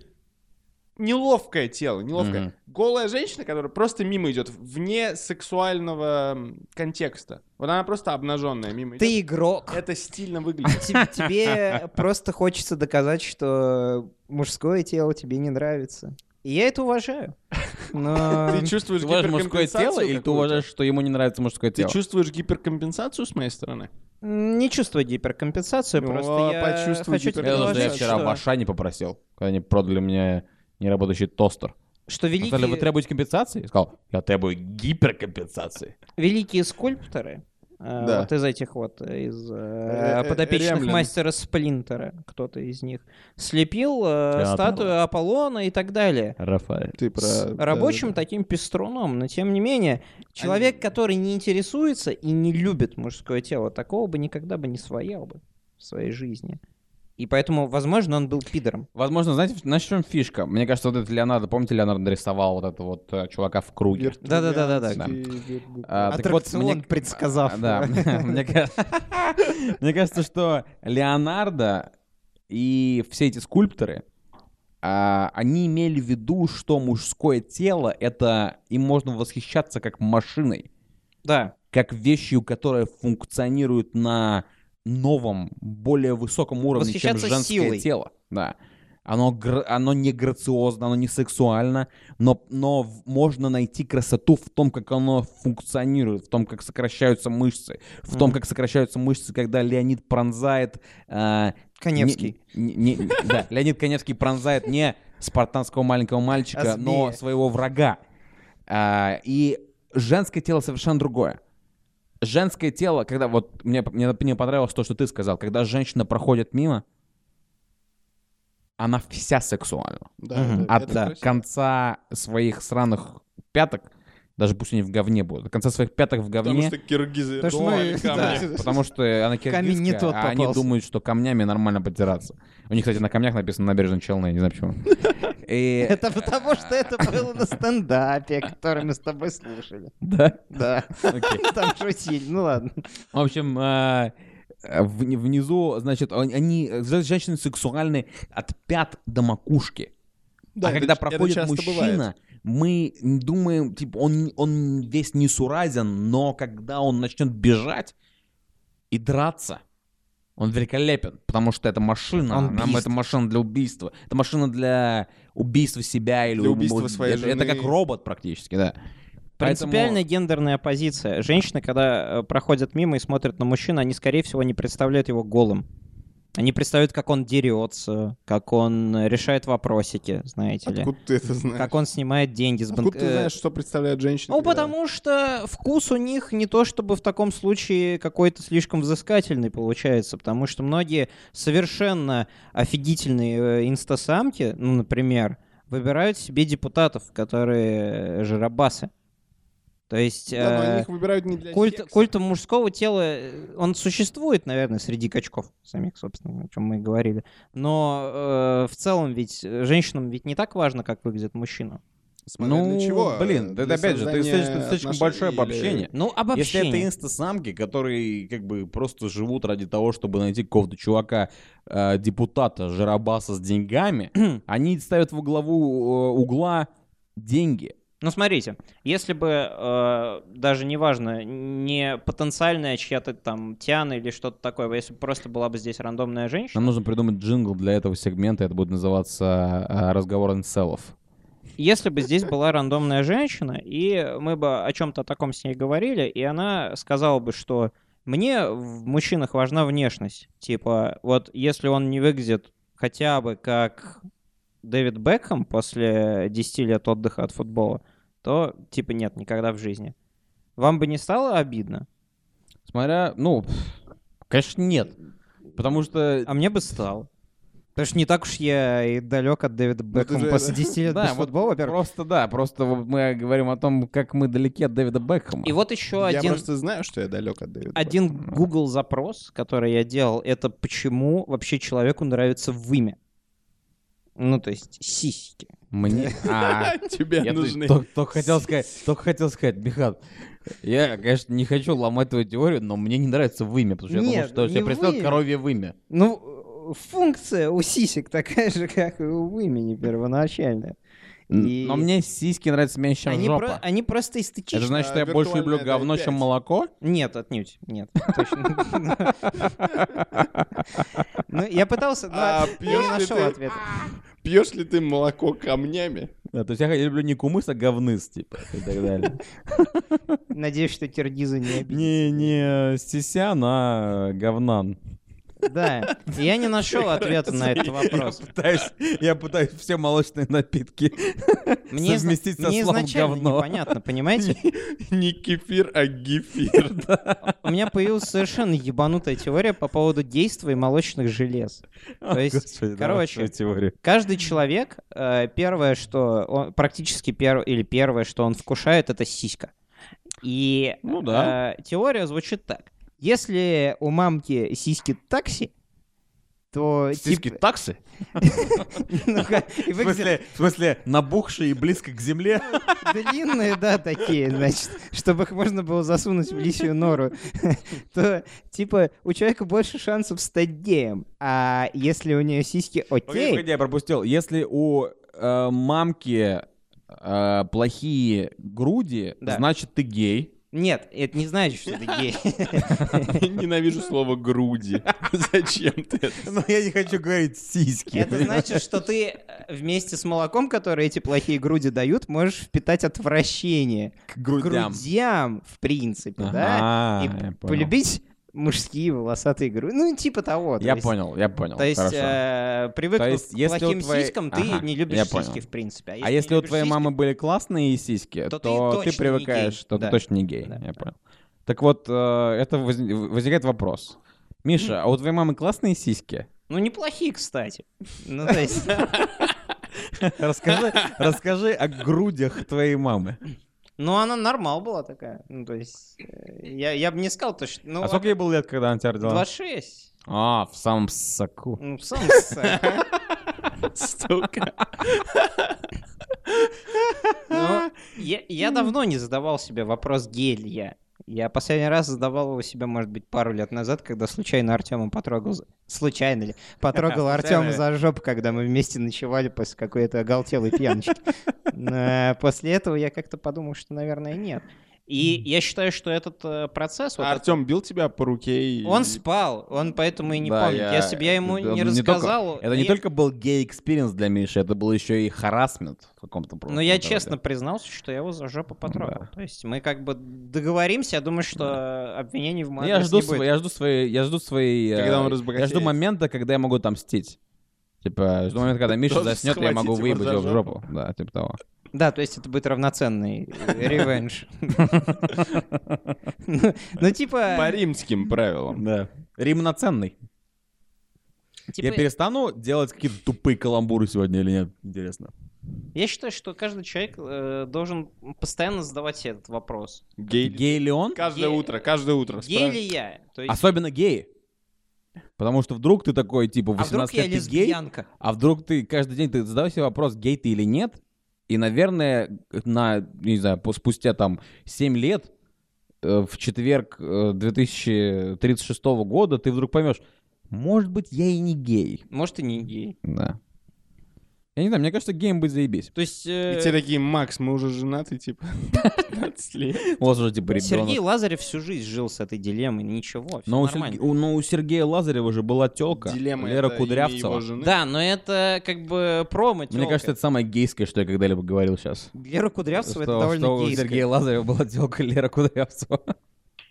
S5: неловкое тело, неловкое.
S3: Мгм.
S5: Голая женщина, которая просто мимо идет, вне сексуального м, контекста. Вот она просто обнаженная мимо идет.
S4: Ты игрок.
S5: Это стильно
S3: А
S5: выглядит.
S4: Те- А, Тебе просто хочется доказать, что мужское тело тебе не нравится. И я это уважаю. Но...
S5: Ты чувствуешь
S3: Ты уважаешь мужское
S5: гиперкомпенсацию
S3: тело или ты
S5: какую-то?
S3: уважаешь, что ему не нравится мужское
S5: Ты
S3: тело?
S5: чувствуешь гиперкомпенсацию с моей стороны?
S4: Не чувствую гиперкомпенсацию,
S5: Ну,
S4: просто я
S5: почувствуй
S4: хочу тебе
S3: Я даже я
S4: доложить,
S3: вчера в
S4: что,
S3: Ашане попросил, когда они продали мне неработающий тостер.
S4: что великие,
S3: Сказали, вы требуете компенсации? Я сказал, я требую гиперкомпенсации.
S4: великие скульпторы, э,
S5: Да.
S4: вот из этих вот, э, из э,
S5: Э, э,
S4: подопечных
S5: ремлян.
S4: мастера Сплинтера, кто-то из них, слепил э,
S3: Я
S4: статую Аполлона и так далее.
S3: Рафаэль.
S5: Ты
S4: с рабочим таким пеструном, но тем не менее, человек, который не интересуется и не любит мужское тело, такого бы никогда бы не своял бы в своей жизни. И поэтому, возможно, он был пидором.
S3: Возможно, знаете, на чем фишка? Мне кажется, вот этот Леонардо, помните, Леонардо нарисовал вот этого вот э, чувака в круге?
S4: Да-да-да-да-да.
S3: А, так вот, мне-
S4: предсказав.
S3: А, Да, мне ка- мне кажется, что Леонардо и все эти скульпторы, а, они имели в виду, что мужское тело — это им можно восхищаться как машиной,
S4: Да.
S3: как вещью, которая функционирует на новом, более высоком уровне, чем
S4: Восхищаться
S3: женское
S4: силой.
S3: тело. Да. Оно, гра- оно не грациозно, оно не сексуально, но, но в- можно найти красоту в том, как оно функционирует, в том, как сокращаются мышцы, в том,
S4: Мгм.
S3: как сокращаются мышцы, когда Леонид пронзает... э,
S4: Коневский.
S3: не- не- не- да, Леонид Коневский пронзает не спартанского маленького мальчика,
S4: А
S3: но
S4: змея.
S3: своего врага. А, и женское тело совершенно другое. Женское тело, когда вот мне, мне, мне понравилось то, что ты сказал, когда женщина проходит мимо, она вся сексуальна.
S4: Мгм.
S3: От конца своих сраных пяток, даже пусть они в говне будут, до конца своих пяток в
S5: Потому
S3: говне,
S5: что киргизы.
S4: Потому что
S5: дома,
S4: мы-
S5: они
S4: да.
S5: камни.
S3: потому что она
S4: Камень не
S3: киргизская,
S4: тот
S3: а они
S4: попался.
S3: думают, что камнями нормально потираться. У них, кстати, на камнях написано «Набережная Челны», я не знаю почему. И-
S4: Это потому, что это было на стендапе, который мы с тобой слушали.
S3: Да?
S4: Да.
S3: Окей.
S4: Там шутили. Ну ладно.
S3: В общем, э, э, в- внизу, значит, он- они, э, же- женщины сексуальны от пят до макушки.
S5: Да,
S3: а
S5: это
S3: когда
S5: ч- это
S3: проходит
S5: часто бывает.
S3: мужчина, мы думаем, типа, он, он весь несуразен, но когда он начнет бежать и драться, он великолепен, потому что это машина,
S4: Он
S3: нам
S4: бист.
S3: это машина для убийства, это машина для убийства себя или
S5: Для
S3: уб-
S5: убийства своей
S3: это, это как
S5: жены.
S3: робот практически, да. Поэтому-
S4: Принципиальная гендерная позиция. Женщины, когда э, проходят мимо и смотрят на мужчину, они, скорее всего, не представляют его голым. Они представляют, как он дерется, как он э, решает вопросики, знаете ли.
S5: Откуда ты это знаешь?
S4: Как он снимает деньги с э, банка.
S5: Откуда
S3: э,
S5: ты знаешь, что представляет женщина?
S4: Ну, потому что вкус у них не то, чтобы в таком случае какой-то слишком взыскательный получается, потому что многие совершенно офигительные э, инстасамки, ну, например, выбирают себе депутатов, которые э, жиробасы. То есть...
S5: Да, но
S4: э,
S5: они их выбирают не для
S4: Культ,
S5: секса.
S4: культ мужского тела, э, он существует, наверное, среди качков самих, собственно, о чем мы и говорили. Но э, в целом ведь э, женщинам ведь не так важно, как выглядит мужчина.
S5: Смотря
S3: Ну,
S5: для чего? э,
S3: блин,
S5: Для
S3: это опять же, ты
S5: создания
S3: слишком- ты слишком
S5: отношений
S3: большое
S5: или-
S3: обобщение.
S4: Ну,
S3: Если
S4: обобщение.
S3: это инстасамки, которые как бы просто живут ради того, чтобы найти какого-то чувака, э, депутата, жиробаса с деньгами, они ставят во главу э, угла деньги.
S4: Ну, смотрите, если бы э, даже неважно, не потенциальная чья-то там тяна или что-то такое, если бы просто была бы здесь рандомная женщина,
S3: Нам нужно придумать джингл для этого сегмента, это будет называться э, «Разговор инселов».
S4: Если бы здесь была рандомная женщина, и мы бы о чем-то таком с ней говорили, и она сказала бы, что мне в мужчинах важна внешность. Типа, вот если он не выглядит хотя бы как Дэвид Бекхэм после 10 лет отдыха от футбола, то типа нет, никогда в жизни. Вам бы не стало обидно?
S3: Смотря, ну, пф, конечно, нет. Потому что...
S4: А мне бы стало. Потому что не так уж я и далек от Дэвида
S3: Ну,
S4: Бекхэма
S5: же-
S4: после 10 лет
S3: Да,
S4: без
S3: вот
S4: футбола, во-первых.
S3: Просто да, просто вот мы говорим о том, как мы далеки от Дэвида Бекхэма.
S4: И вот еще
S5: Я
S4: один...
S5: просто знаю, что я далек от Дэвида.
S4: Один Google запрос, который я делал, это почему вообще человеку нравится вымя. Ну, то есть сиськи.
S3: Мне... А,
S5: Бэкхэма. Тебе
S3: Я
S5: нужны.
S3: только, только хотел сказать, только хотел сказать, Михан, я, конечно, не хочу ломать твою теорию, но мне ну не нравится вымя, потому что я
S4: Нет,
S3: думал, что
S4: не
S3: тебе представил
S4: вымя.
S3: коровье вымя.
S4: Ну, функция у сисек такая же, как и у имени первоначально. И
S3: Но мне сиськи нравятся меньше, чем
S4: они, про-
S3: жопа.
S4: они просто эстетичны.
S3: Это значит, что я
S5: Виртуальная
S3: больше люблю
S5: это
S3: говно,
S5: опять.
S3: чем молоко?
S4: Нет, отнюдь, нет. Точно. Ну, я пытался,
S5: А
S4: но я не
S5: пьёшь ли
S4: нашел
S5: ты?
S4: ответа.
S5: Пьешь ли ты молоко камнями?
S3: Да, то есть я люблю не кумыс, а говныс, типа, и так далее.
S4: Надеюсь, что киргизы не обидят.
S3: Не, не сисян, а говнан.
S4: Да, и я не нашел ответа на этот вопрос.
S3: Я пытаюсь, я пытаюсь все молочные напитки
S4: Мне, изна-
S3: совместить со
S4: мне
S3: словом
S4: изначально
S3: говно.
S4: непонятно, понимаете?
S5: Не кефир, а гефир.
S4: У меня появилась совершенно ебанутая теория по поводу действий молочных желез. То есть,
S3: Господи, да,
S4: короче,
S3: вот эта теория.
S4: Каждый человек, э, первое, что он, практически первое или первое, что он вкушает, это сиська. И
S5: А?
S3: Ну да.
S4: э, теория звучит так. Если у мамки сиськи такси, то...
S3: Сиськи
S4: тип-
S3: таксы?
S4: ну-ка, и
S3: В
S4: выглядят
S3: смысле, в смысле, набухшие и близко к земле?
S4: Длинные, да, такие, значит, чтобы их можно было засунуть в лисью нору, то, типа, у человека больше шансов стать геем. А если у нее сиськи
S3: Окей,
S4: окей,
S3: погоди, я пропустил. Если у э, мамки э, плохие груди,
S4: Да.
S3: значит, ты гей.
S4: нет, это не значит, что ты гей.
S5: Ненавижу слово груди. Зачем ты это?
S3: Но Ну, я не хочу говорить сиськи.
S4: Это значит, что ты э, вместе с молоком, которое эти плохие груди дают, можешь впитать отвращение
S3: к
S4: к
S3: грудям.
S4: грудям, в принципе, да?
S3: Ага,
S4: И
S3: А, я понял.
S4: полюбить мужские волосатые груди. Ну, типа того. то
S3: Я
S4: есть-
S3: понял, я понял.
S4: То есть
S3: Хорошо.
S4: э, привык
S3: То есть,
S4: к
S3: если у
S4: плохим
S3: твоей-
S4: сиськам,
S3: Ага,
S4: ты не любишь
S3: я
S4: сиськи,
S3: понял.
S4: в принципе.
S3: А
S4: не
S3: если у
S4: любишь
S3: твоей
S4: сиськи-
S3: мамы были классные сиськи, то,
S4: то ты точно
S3: ты,
S4: не
S3: привыкаешь,
S4: гей.
S3: что
S4: Да.
S3: ты точно не гей.
S4: Да.
S3: Я понял. Так вот, э, это возник- возникает вопрос. Миша, а у твоей мамы классные сиськи?
S4: Ну, неплохие, кстати. Ну, то есть,
S3: Расскажи, расскажи о грудях твоей мамы.
S4: ну, она нормал была такая. Ну, то есть, э, я, я бы не сказал, то, что... Ну,
S3: а сколько ей было лет, когда она тебя родила?
S4: 26.
S3: А, в самом соку.
S4: Ну, сам ссак.
S5: Столько.
S4: Ну, я, я давно не задавал себе вопрос, гей ли я. Я последний раз задавал его себе, может быть, пару лет назад, когда случайно Артема потрогал... за- Случайно ли? Потрогал
S3: Случайно
S4: Артема
S3: ли?
S4: за жопу, когда мы вместе ночевали после какой-то оголтелой пьяночки. Но После этого я как-то подумал, что, наверное, нет. И я считаю, что этот э, процесс... вот этот-
S5: Артем бил тебя по руке и...
S4: Он спал, он поэтому и не
S3: Да,
S4: помнит.
S3: я-
S4: Если бы я ему
S3: это
S4: не
S3: только-
S4: рассказал...
S3: это не
S4: я-
S3: только был гей-экспириенс для Миши, это был еще и харассмент в каком-то
S5: Ну,
S4: Но я честно признался, что я его за жопу потрогал. То есть мы как бы договоримся, я думаю, что обвинений в моем
S3: Ну, Я жду, св- я жду свои, я жду свои, э,
S5: Когда он
S3: я
S5: разбогатеет.
S3: жду момента, когда я могу отомстить. Типа, жду момента, когда Миша
S5: Тоже
S3: заснет, я могу
S5: схватить его
S3: выебать
S5: за
S3: его в жопу. Да, типа того.
S4: Да, то есть это будет равноценный э, ревенж. Ну, ну,
S5: По
S4: типа...
S5: римским правилам.
S3: Да. Римноценный. Я
S4: типа,
S3: перестану делать какие-то тупые каламбуры сегодня или нет? Интересно.
S4: Я считаю, что каждый человек э, должен постоянно задавать себе этот вопрос.
S5: Гей.
S3: Гей ли он?
S5: Каждое
S4: Гей-
S5: утро, каждое утро.
S4: Гей
S5: спрашиваю.
S4: ли я? То есть,
S3: Особенно геи. Потому что вдруг ты такой, типа,
S4: а
S3: 18
S4: вдруг я
S3: лет ты гей,
S4: лесбиянка?
S3: а вдруг ты каждый день ты задавай себе вопрос, гей ты или нет, и, наверное, на, не знаю, пу- спустя там 7 лет, э, в четверг э, 2036 года ты вдруг поймешь, может быть, я и не гей.
S4: Может, и не гей.
S3: Да. Я не знаю, мне кажется, геем быть заебись.
S4: То есть...
S5: И
S4: э,
S5: те такие, Макс, мы уже женаты, типа, 15 лет.
S3: У вас уже, типа, ребенок.
S4: Сергей Лазарев всю жизнь жил с этой дилеммой, ничего, всё
S3: Но у,
S4: нормально.
S3: Серге- у- но у Сергея Лазарева же была телка.
S5: Дилемма
S3: Лера
S5: это имя его
S3: Кудрявцева.
S5: жены.
S4: Да, но это как бы промо
S3: Мне кажется, это самое гейское, что я когда-либо говорил сейчас.
S4: Лера Кудрявцева это
S3: Что-
S4: довольно
S3: что у
S4: гейская.
S3: Сергея Лазарева была телка Лера Кудрявцева.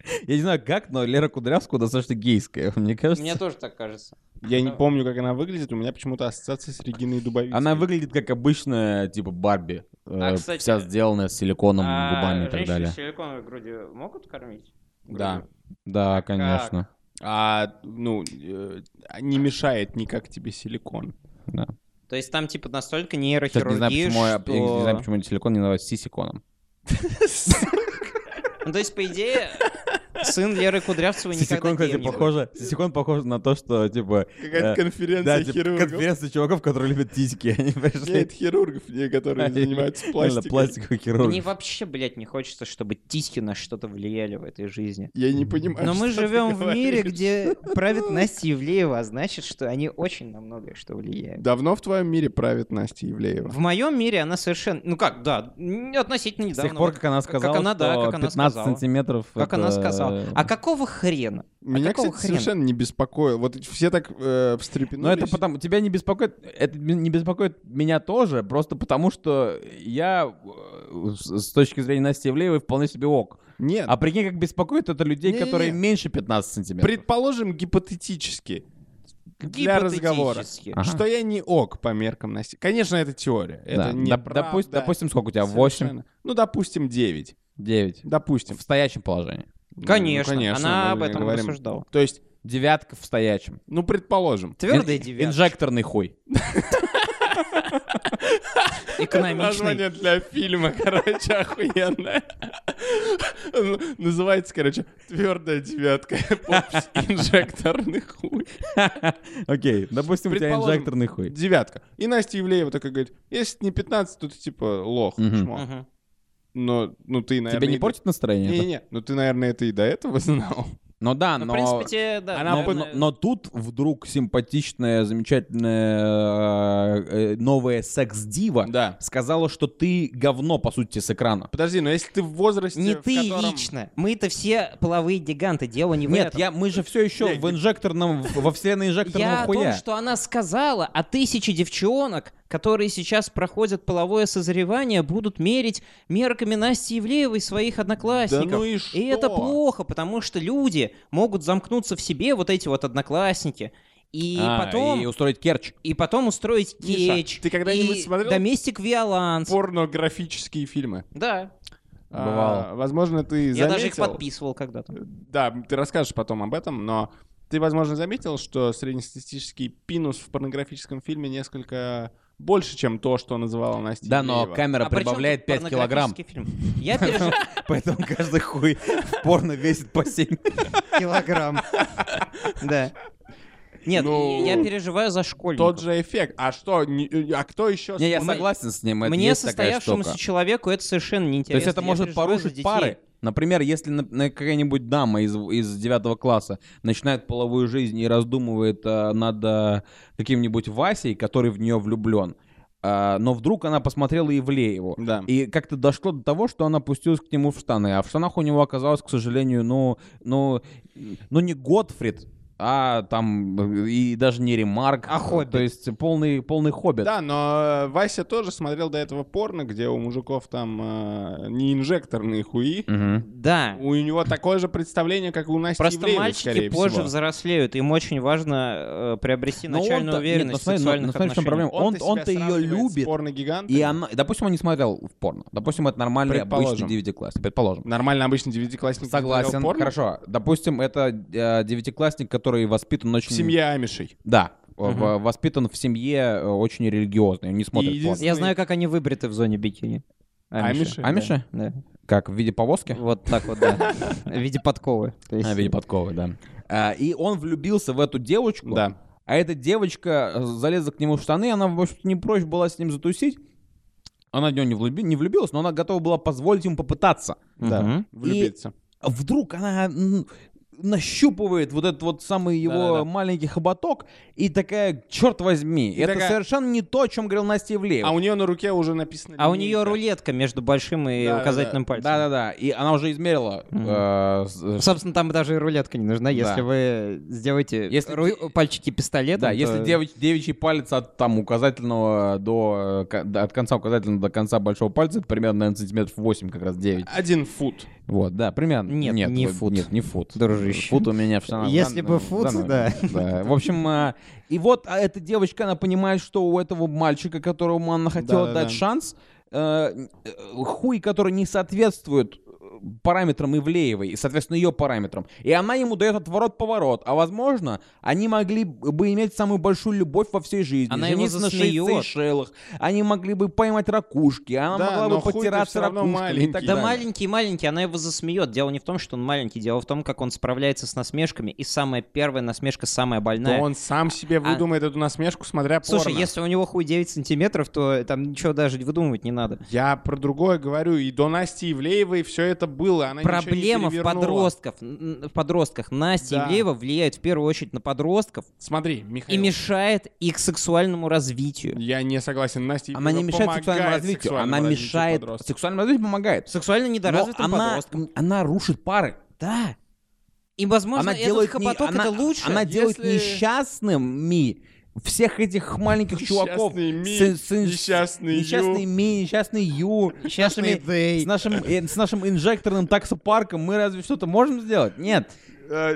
S3: Я не знаю как, но Лера Кудрявцева достаточно гейская, мне кажется.
S4: Мне тоже так кажется.
S5: Я не помню, как она выглядит, у меня почему-то ассоциация с Региной Дубовицей.
S3: Она выглядит как обычная, типа, Барби.
S4: А,
S3: Э,
S4: кстати,
S3: Вся сделанная с силиконом,
S4: А
S3: губами и так далее.
S4: с силиконовой грудью могут кормить?
S5: Да.
S3: Да, конечно.
S5: А, ну, э, не мешает никак тебе силикон.
S3: Да.
S4: То есть там типа настолько
S3: Кстати, не знаю,
S4: нейрохирургия,
S3: почему я- я не знаю,
S4: что...
S3: почему силикон не называют сисиконом.
S4: Ну, то есть, по идее, сын Леры Кудрявцевой никогда
S3: Сисикон,
S4: не
S3: кстати,
S4: был.
S3: похоже, Сисикон похож на то, что, типа...
S5: Какая-то
S3: э,
S5: конференция
S3: Да, типа,
S5: хирургов.
S3: конференция чуваков, которые любят титики. Они
S5: Не,
S3: пришли.
S5: это хирургов, не, которые занимаются
S3: Реально,
S5: пластиком.
S3: пластиковый
S4: Мне
S3: хирург.
S4: вообще, блядь, не хочется, чтобы титьки на что-то влияли в этой жизни.
S5: Я не понимаю,
S4: Но мы
S5: что ты
S4: живем в мире,
S5: говоришь.
S4: где правит Настя Евлеева, а значит, что они очень на многое что влияют.
S5: Давно в твоем мире правит Настя Евлеева?
S4: В моем мире она совершенно... Ну как, да, н- относительно
S3: С
S4: недавно.
S3: тех пор,
S4: вот
S3: как она сказала,
S4: она, да,
S3: что
S4: как она
S3: 15
S4: сказала.
S3: сантиметров...
S4: Как она
S3: это-
S5: э,
S4: сказала. А какого хрена? А
S5: Меня,
S4: какого
S5: кстати, совершенно не беспокоило. Вот все так э, встрепенулись.
S3: Но Ну, это потому... Тебя не беспокоит... Это не беспокоит меня тоже, просто потому что я э, с с точки зрения Насти Евлеевой вполне себе ок.
S5: Нет,
S3: А прикинь, как беспокоит это людей,
S5: Не-не-не.
S3: которые меньше 15 сантиметров.
S5: предположим, гипотетически, для разговора, А,
S4: Гипотетически.
S3: Ага.
S5: что я не ок по меркам Насти. Конечно, это теория.
S3: Да.
S5: Это не
S3: Доп- допусть- Допустим, сколько у тебя? 8?
S5: Ну, допустим, 9.
S3: 9?
S5: Допустим.
S3: В стоячем положении.
S4: Конечно,
S5: Ну, конечно, мы
S4: она об этом
S5: говорим.
S4: рассуждала.
S5: То есть,
S3: Девятка в стоячем.
S5: ну, предположим.
S4: Твердая
S3: Ин-
S4: девятка.
S3: Инжекторный хуй.
S4: Экономичный.
S5: для фильма, короче, охуенно. Называется, короче, «Твердая девятка». Инжекторный хуй.
S3: Окей, допустим, у тебя
S5: Предположим,
S3: инжекторный хуй.
S5: Девятка. И Настя Евлеева такая говорит, если не 15, то ты типа лох,
S3: Мгм.
S5: чмо».
S4: Мгм.
S5: Но, ну, ты, наверное...
S3: Тебе не
S5: и-
S3: портит настроение? это?
S5: Не-не-не, ну ты, наверное, это и до этого знал.
S3: Ну
S5: А,
S3: да,
S4: Ну,
S3: но...
S4: в принципе, те, да.
S3: Она
S4: наверное,
S3: бы- но, но тут вдруг симпатичная, замечательная э, э, новая секс-дива
S5: Да.
S3: сказала, что ты говно, по сути, с экрана.
S5: Подожди, но если ты в возрасте,
S4: Не
S5: в
S4: ты
S5: котором-
S4: лично. Мы-то все половые гиганты, дело не в
S3: Нет,
S4: этом.
S3: я, мы же все еще в инжекторном, в- во вселенной инжекторного
S4: Я о том,
S3: хуя.
S4: что она сказала, а тысячи девчонок, которые сейчас проходят половое созревание, будут мерить мерками Насти Евлеевой своих
S5: Да
S4: одноклассников.
S5: ну и что?
S4: И это плохо, потому что люди могут замкнуться в себе, вот эти вот одноклассники, и
S3: А,
S4: потом
S3: и устроить керч.
S4: и потом устроить
S5: Миша,
S4: кетч.
S5: ты когда-нибудь
S4: и
S5: смотрел
S4: Доместик Виоланс.
S5: Порнографические фильмы.
S4: Да.
S5: А,
S3: Бывало.
S5: возможно, ты
S4: Я даже их
S5: заметил-
S4: подписывал когда-то.
S5: Да, ты расскажешь потом об этом, но ты, возможно, заметил, что среднестатистический пинус в порнографическом фильме несколько больше, чем то, что называла Настя
S3: Да, но
S5: Ивлеева.
S3: камера
S4: А при чём
S3: прибавляет
S4: тут
S3: 5 килограмм.
S4: порнографический фильм? Я переживаю.
S3: Поэтому каждый хуй в порно весит по 7.
S4: килограмм. Да. Нет,
S5: Ну,
S4: я переживаю за школьников.
S5: Тот же эффект. А что, не- а кто еще...
S3: Не, я
S5: смотрит?
S3: согласен с ним. это
S4: Мне
S3: есть такая штука.
S4: состоявшемуся человеку это совершенно не
S3: То есть
S4: интересно.
S3: это
S4: Я
S3: может
S4: переживаю за
S3: порушить
S4: детей.
S3: пары. Например, если на- на какая-нибудь дама из, из 9 класса начинает половую жизнь и раздумывает э, над э, каким-нибудь Васей, который в нее влюблен, а, но вдруг она посмотрела Евлееву.
S5: Да.
S3: И как-то дошло до того, что она пустилась к нему в штаны. А в штанах у него оказалось, к сожалению, ну, ну, ну не Готфрид, а там э, и даже не Ремарк.
S4: А Хоббит.
S3: То есть полный, полный хоббит.
S5: Да, но э, Вася тоже смотрел до этого порно, где у мужиков там э, не инжекторные хуи.
S3: Мгм.
S4: Да.
S5: У него такое же представление, как и у Насти
S4: Просто
S5: Ивлеевой,
S4: мальчики
S5: скорее
S4: позже
S5: всего.
S4: взрослеют, им очень важно э, приобрести
S3: Но
S4: начальную
S3: он-то- нет, ну
S4: уверенность в
S3: смотри, ну- ну
S4: сексуальных
S3: смотри, в чем проблема.
S4: отношениях.
S3: Он-
S5: себя
S3: он-то её
S5: сравнивает
S3: любит.
S5: С порногигантами.
S3: И она, допустим, он не смотрел в порно. Допустим, это нормальный обычный
S5: Предположим.
S3: девятиклассник. Предположим.
S5: Нормально обычно девятиклассник
S3: Согласен.
S5: смотрел порно.
S3: Хорошо. Допустим, это э, девятиклассник, который воспитан
S5: В
S3: очень...
S5: семье Амишей.
S3: Да. в- воспитан в семье э, очень религиозной. Он не смотрит
S5: И
S3: порно.
S5: единственное-
S4: Я знаю, как они выбриты в зоне бикини.
S5: Амиши?
S3: Амиши?
S4: Да.
S3: Как, в виде повозки?
S4: Вот так вот, да. В виде подковы. То есть-
S3: А, в виде подковы, да. А, и он влюбился в эту девочку.
S5: Да.
S3: А эта девочка э, залезла к нему в штаны, она, в общем-то, не прочь была с ним затусить. Она в него не, влюби- не влюбилась, но она готова была позволить ему попытаться.
S5: Да.
S4: Мгм.
S5: Влюбиться.
S3: А вдруг она м, нащупывает вот этот вот самый его
S5: Да-да-да.
S3: маленький хоботок и такая, черт возьми,
S5: И
S3: это
S5: такая-
S3: совершенно не то, о чем говорил Настя Евлеева.
S5: А у нее на руке уже написано.
S4: А у
S5: линейка.
S4: нее рулетка между большим и
S5: Да, да,
S4: указательным пальцем.
S3: Да-да-да, и она уже измерила.
S4: Мгм.
S3: э, с- э,
S4: Собственно, там даже и рулетка не нужна, если
S3: Да.
S4: вы сделаете
S3: Если
S4: ру-
S3: де-
S4: пальчики пистолетом.
S3: Да,
S4: то-
S3: если девич- девичий палец от там указательного до э, ко- да, от конца указательного до конца большого пальца, это примерно, наверное, сантиметров 8 как раз 9.
S5: Один фут.
S3: Вот, да, примерно.
S4: Нет, не
S3: вот,
S4: фут.
S3: Нет, не фут.
S4: Дружище.
S3: Фут у меня в штанах.
S4: Если
S3: Да,
S4: бы
S3: ну,
S4: фут,
S3: ну,
S4: да.
S3: да. В общем, а, и вот а, эта девочка, она понимает, что у этого мальчика, которому она хотела
S5: Да-да-да.
S3: дать шанс, э, э, хуй, который не соответствует э, параметрам Ивлеевой, и, соответственно, ее параметрам. И она ему дает отворот-поворот. А возможно, они могли бы иметь самую большую любовь во всей жизни.
S4: Она его
S3: Жениться на
S4: засмеет.
S3: Сейшелах. Они могли бы поймать ракушки. а Она
S5: Да,
S3: могла
S5: но
S3: бы
S5: хуй ты
S3: потираться
S5: всё равно
S3: ракушками и так
S5: маленький.
S4: Да
S3: далее.
S4: маленький-маленький, она его засмеет. Дело не в том, что он маленький, дело в том, как он справляется с насмешками. И самая первая насмешка самая больная.
S5: То он сам
S3: А
S5: себе выдумает эту насмешку, смотря порно.
S4: Слушай, если у него хуй 9 сантиметров, то там ничего даже выдумывать не надо.
S5: Я про другое говорю. И до Насти Ивлеевой все это было. Она ничего не
S4: Проблема в
S5: перевернула.
S4: подростков. н- н- В подростках. Настя
S5: Да.
S4: Ивлеева влияет в первую очередь на подростков
S5: Смотри,
S4: и
S5: Михаил.
S4: мешает их сексуальному развитию.
S5: Я не согласен. Настя
S3: Она не
S5: Ивлеева
S3: мешает
S5: помогает
S3: сексуальному развитию, она
S5: сексуальному развитию
S3: мешает...
S5: подростков.
S3: Сексуальному развитию помогает.
S4: Сексуально
S3: Но
S4: недоразвитым
S3: она,
S4: подросткам.
S3: она рушит пары.
S4: Да. И, возможно,
S3: она
S4: этот
S3: делает не-
S4: хопоток
S3: она,
S4: это лучше.
S3: Она делает
S5: если-
S3: несчастными всех этих маленьких чуваков.
S5: Несчастный Ми,
S3: С- с-
S5: несчастный Ю.
S3: несчастный Ми, несчастный Ю. С нашими- С нашим, э, с нашим инжекторным таксопарком мы разве что-то можем сделать? Нет.
S5: Э,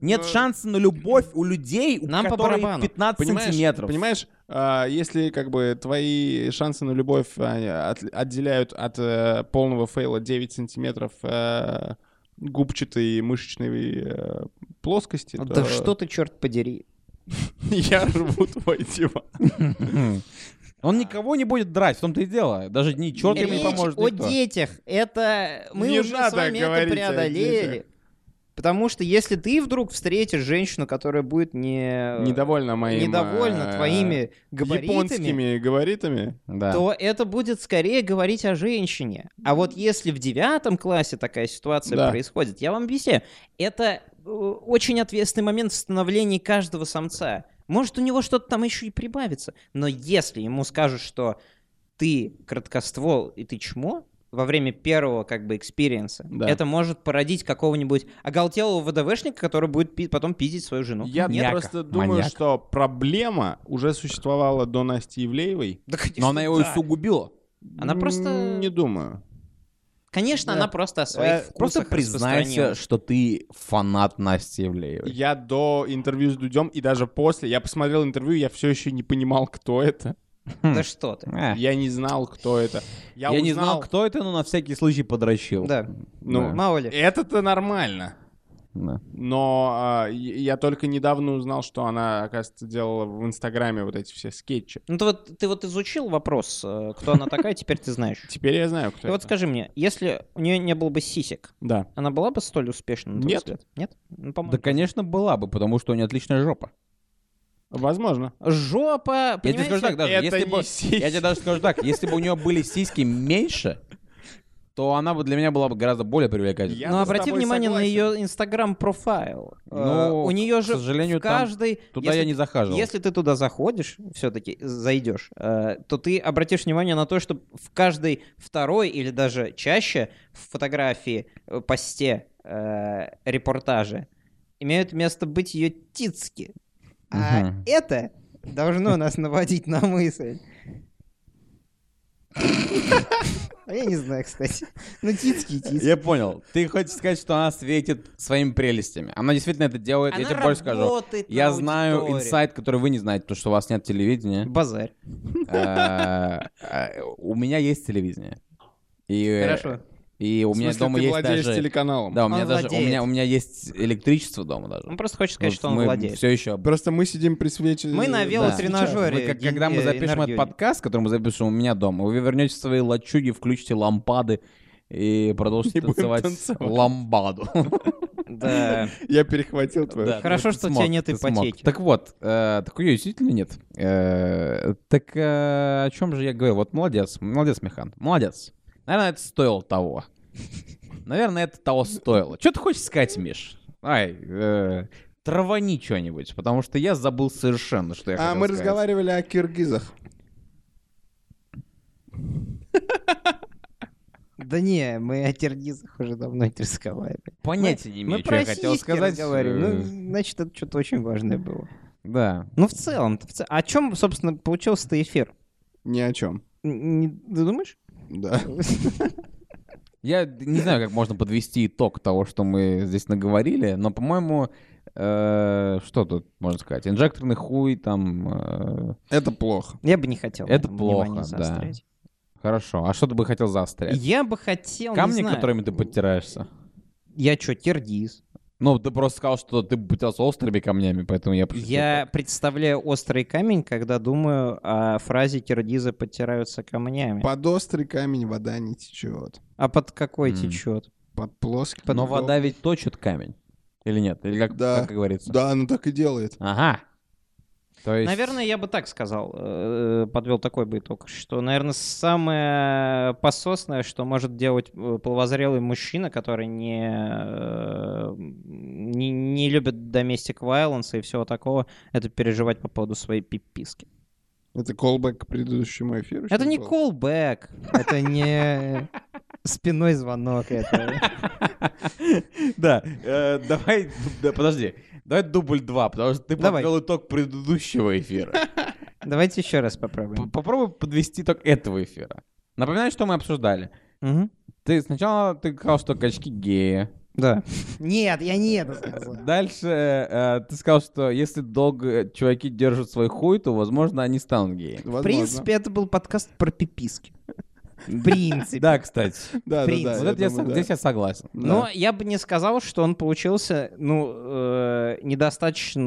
S3: Нет
S5: но-
S3: шанса на любовь у людей, у
S4: Нам по
S3: которых
S4: барабану.
S3: 15
S5: Понимаешь,
S3: сантиметров.
S5: понимаешь, а, если как бы твои шансы на любовь они от- отделяют от э, полного фейла 9 сантиметров э, губчатой мышечной э, плоскости, то
S4: Ну Да что ты, черт подери.
S5: я рву твой диван.
S3: Он никого не будет драть, в том-то и дело. Даже ни черт ему не
S4: Речь
S3: поможет
S4: о
S3: никто.
S4: детях. Это мы
S5: Не
S4: уже с
S5: надо
S4: вами это
S5: говорить о
S4: преодолели.
S5: детях.
S4: Потому что если ты вдруг встретишь женщину, которая будет не...
S5: Недовольна моим...
S4: Э, недовольна
S5: э,
S4: твоими габаритами,
S5: Японскими габаритами.
S3: Да.
S4: то это будет скорее говорить о женщине. А вот если в девятом классе такая ситуация
S5: Да.
S4: происходит, я вам объясняю, это э, очень ответственный момент в становлении каждого самца. Может, у него что-то там еще и прибавится. Но если ему скажут, что ты краткоствол и ты чмо, во время первого как бы экспириенса,
S5: Да.
S4: это может породить какого-нибудь оголтелого ВДВшника, который будет пи- потом пиздить свою жену.
S5: Я
S3: маньяка,
S5: просто думаю,
S3: маньяк.
S5: что проблема уже существовала до Насти Ивлеевой.
S4: Да, конечно,
S3: Но она его
S4: да.
S3: усугубила.
S4: Она просто-
S5: Не думаю.
S4: Конечно,
S5: Да.
S4: она просто о своих
S5: Э,
S4: вкусах
S3: Просто признайся,
S4: распространилась.
S3: что ты фанат Насти Евлеевой.
S5: Я до интервью с Дудем и даже после, я посмотрел интервью, я все еще не понимал, кто это.
S4: Да что ты.
S3: Э.
S5: Я не знал, кто это. Я,
S3: Я, не
S5: узнал-
S3: знал, кто это, но на всякий случай подрочил.
S4: Да.
S5: Ну,
S3: Да.
S4: Мало ли.
S5: Это-то нормально. Но а, я я только недавно узнал, что она, оказывается, делала в Инстаграме вот эти все скетчи.
S4: Ну ты вот, ты вот изучил вопрос, э, кто она такая, теперь ты знаешь.
S5: Теперь я знаю,
S3: Ну
S5: кто
S4: И вот
S5: это.
S4: скажи мне, если у нее не было бы сисек,
S5: Да.
S4: она была бы столь успешна? на твой
S5: Нет.
S4: взгляд? Нет? Ну,
S3: Да,
S4: по-моему.
S3: конечно, была бы, потому что у нее отличная жопа.
S5: Возможно.
S4: Жопа,
S3: Я тебе скажу так,
S4: понимаете?
S3: даже
S5: это
S3: если
S5: не
S3: бы,
S5: сиськи.
S3: я тебе даже скажу так, если бы у нее были сиськи меньше, то она бы для меня была бы гораздо более привлекательной.
S5: Я
S4: Но
S5: с
S4: обрати
S5: тобой
S4: внимание на
S5: согласен.
S4: ее инстаграм-профайл. Э,
S3: Ну,
S4: у нее
S3: к
S4: же
S3: сожалению,
S4: в
S3: там
S4: каждой...
S3: Туда
S4: если
S3: я не захаживал.
S4: Если ты туда заходишь, все-таки зайдешь, э, то ты обратишь внимание на то, что в каждой второй или даже чаще в фотографии, э, посте, э, репортаже имеют место быть ее тицки. А
S3: Мгм.
S4: это должно нас наводить на мысль. А Я не знаю, кстати. Ну, тицки, и тицки.
S3: Я понял. Ты хочешь сказать, что она светит своими прелестями. Она действительно это делает, я
S4: Она
S3: тебе больше скажу.
S4: работает на
S3: Я знаю
S4: аудитории.
S3: инсайт, который вы не знаете, потому что у вас нет телевидения.
S4: Базарь.
S3: Э, э, У меня есть телевидение. И, э,
S4: Хорошо.
S3: И у
S5: В
S3: меня
S5: смысле,
S3: дома
S5: ты
S3: есть
S5: владеешь
S3: даже...
S5: телеканалом.
S3: Да, у меня
S4: Он
S3: даже у
S4: владеет.
S3: меня у меня есть электричество дома даже.
S5: Ну,
S4: Он просто хочет сказать,
S3: Вот
S4: что он
S3: мы
S4: владеет.
S3: Все еще.
S5: Просто мы сидим при свече.
S4: Мы на
S5: э,
S4: вело-
S5: да.
S4: велотренажере ген-
S3: когда мы
S4: э,
S3: запишем этот
S4: энергию.
S3: подкаст, который мы запишем у меня дома, вы вернетесь в свои лачуги, включите лампады и продолжите
S5: И будем
S3: танцевать,
S5: танцевать.
S3: ламбаду.
S4: Да.
S5: Я перехватил твою.
S3: Да,
S4: Хорошо,
S3: типа, ты
S4: что у
S3: смог,
S4: тебя нет
S3: ты смог.
S4: ипотеки.
S3: Так вот, э, так у нее действительно нет. Э, Так э, о чем же я говорю? Вот молодец, молодец, Михан, молодец. Наверное, это стоило того. Наверное, это того стоило. Что ты хочешь сказать, Миш? Ай, э, травани что-нибудь, потому что я забыл совершенно, что я
S5: А
S3: хотел
S5: мы
S3: сказать.
S5: разговаривали о киргизах.
S4: Да не, мы о киргизах уже давно не разговаривали.
S3: Понятия не имею,
S4: мы
S3: что
S4: про
S3: я хотел
S4: сиськи
S3: сказать.
S4: разговариваем.
S3: Э,
S4: Ну, значит, это что-то очень важное было.
S3: Да.
S4: Ну, в целом, в ц- о чем, собственно, получился-то эфир?
S5: Ни о чем.
S4: Н- не- Ты думаешь?
S5: Да.
S3: Я не знаю, как можно подвести итог того, что мы здесь наговорили, но, по-моему, э, что тут можно сказать? Инжекторный хуй, там... э,
S5: Это плохо.
S4: Я бы не хотел. на
S3: Это
S4: этом внимание
S3: плохо, да.
S4: заострять.
S3: Хорошо. А что ты бы хотел заострять?
S4: Я бы хотел, не
S3: Камни,
S4: знаю.
S3: которыми ты подтираешься?
S4: Я что, киргиз?
S3: Ну, ты просто сказал, что ты бы потирался острыми камнями, поэтому я... пошутил.
S4: Я представляю острый камень, когда думаю о фразе киргизы подтираются камнями.
S5: Под острый камень вода не течет.
S4: А под какой
S3: М.
S4: течет?
S5: Под плоский.
S3: Но
S5: лед.
S3: вода ведь точит камень. Или нет? Или как,
S5: Да.
S3: как говорится?
S5: Да, она так и делает.
S3: Ага. То есть...
S4: Наверное, я бы так сказал, э, подвел такой бы итог, что, наверное, самое пососное, что может делать э, половозрелый мужчина, который не, э, не, не любит доместик вайланса и всего такого, это переживать по поводу своей пиписки.
S5: Это колбэк к предыдущему эфиру.
S4: Это
S5: сейчас
S4: не
S5: был?
S4: колбэк, это не спиной звонок. Это...
S3: Да, э, давай, да, подожди, давай дубль два, потому что ты
S4: Давай.
S3: подвел итог предыдущего эфира.
S4: Давайте еще раз
S3: П-
S4: попробуем.
S3: Попробуй подвести итог этого эфира. Напоминаю, что мы обсуждали.
S4: Мгм.
S3: Ты сначала ты сказал, что качки геи.
S4: Да. Нет, я не это сказал.
S3: Дальше э, ты сказал, что если долго чуваки держат свой хуй, то, возможно, они станут геи.
S5: Возможно.
S4: В принципе, это был подкаст про пиписки. В принципе.
S3: Да, кстати.
S5: да, да,
S4: принцип.
S5: да,
S3: Вот
S5: я
S3: это я
S5: думаю,
S3: со-
S5: да.
S3: здесь я согласен.
S4: Но я бы не сказал, что он получился, ну, э,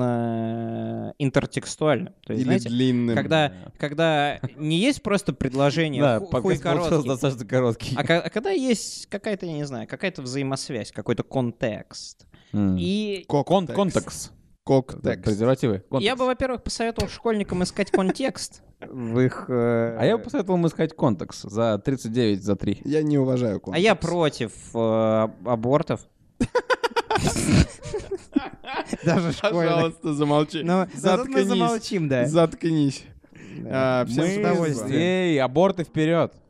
S4: недостаточно интертекстуальным. То есть,
S5: Или
S4: знаете,
S5: длинным.
S4: когда, когда не есть просто предложение
S3: Да,
S4: «ху- хуй
S3: подкаст получился
S4: короткий»,
S3: достаточно короткий.
S4: а, ка- а когда есть какая-то, я не знаю, какая-то взаимосвязь, какой-то контекст.
S3: М.
S4: И
S3: Кон- Контекс.
S5: Коктекс.
S3: Презервативы.
S4: я
S3: Контекс.
S4: бы, во-первых, посоветовал школьникам искать контекст в их... э,
S3: А я бы посоветовал им искать контекс за 39, за 3.
S5: Я не уважаю
S4: А
S5: контекс.
S4: я против э, аб- абортов. Даже школьных.
S5: Пожалуйста, замолчи.
S4: Но зато мы
S5: Заткнись.
S4: Ну, замолчим, да.
S5: Заткнись.
S4: Да.
S5: А, всем
S4: Мы
S5: спасибо.
S4: удовольствие.
S3: Эй, аборты вперед!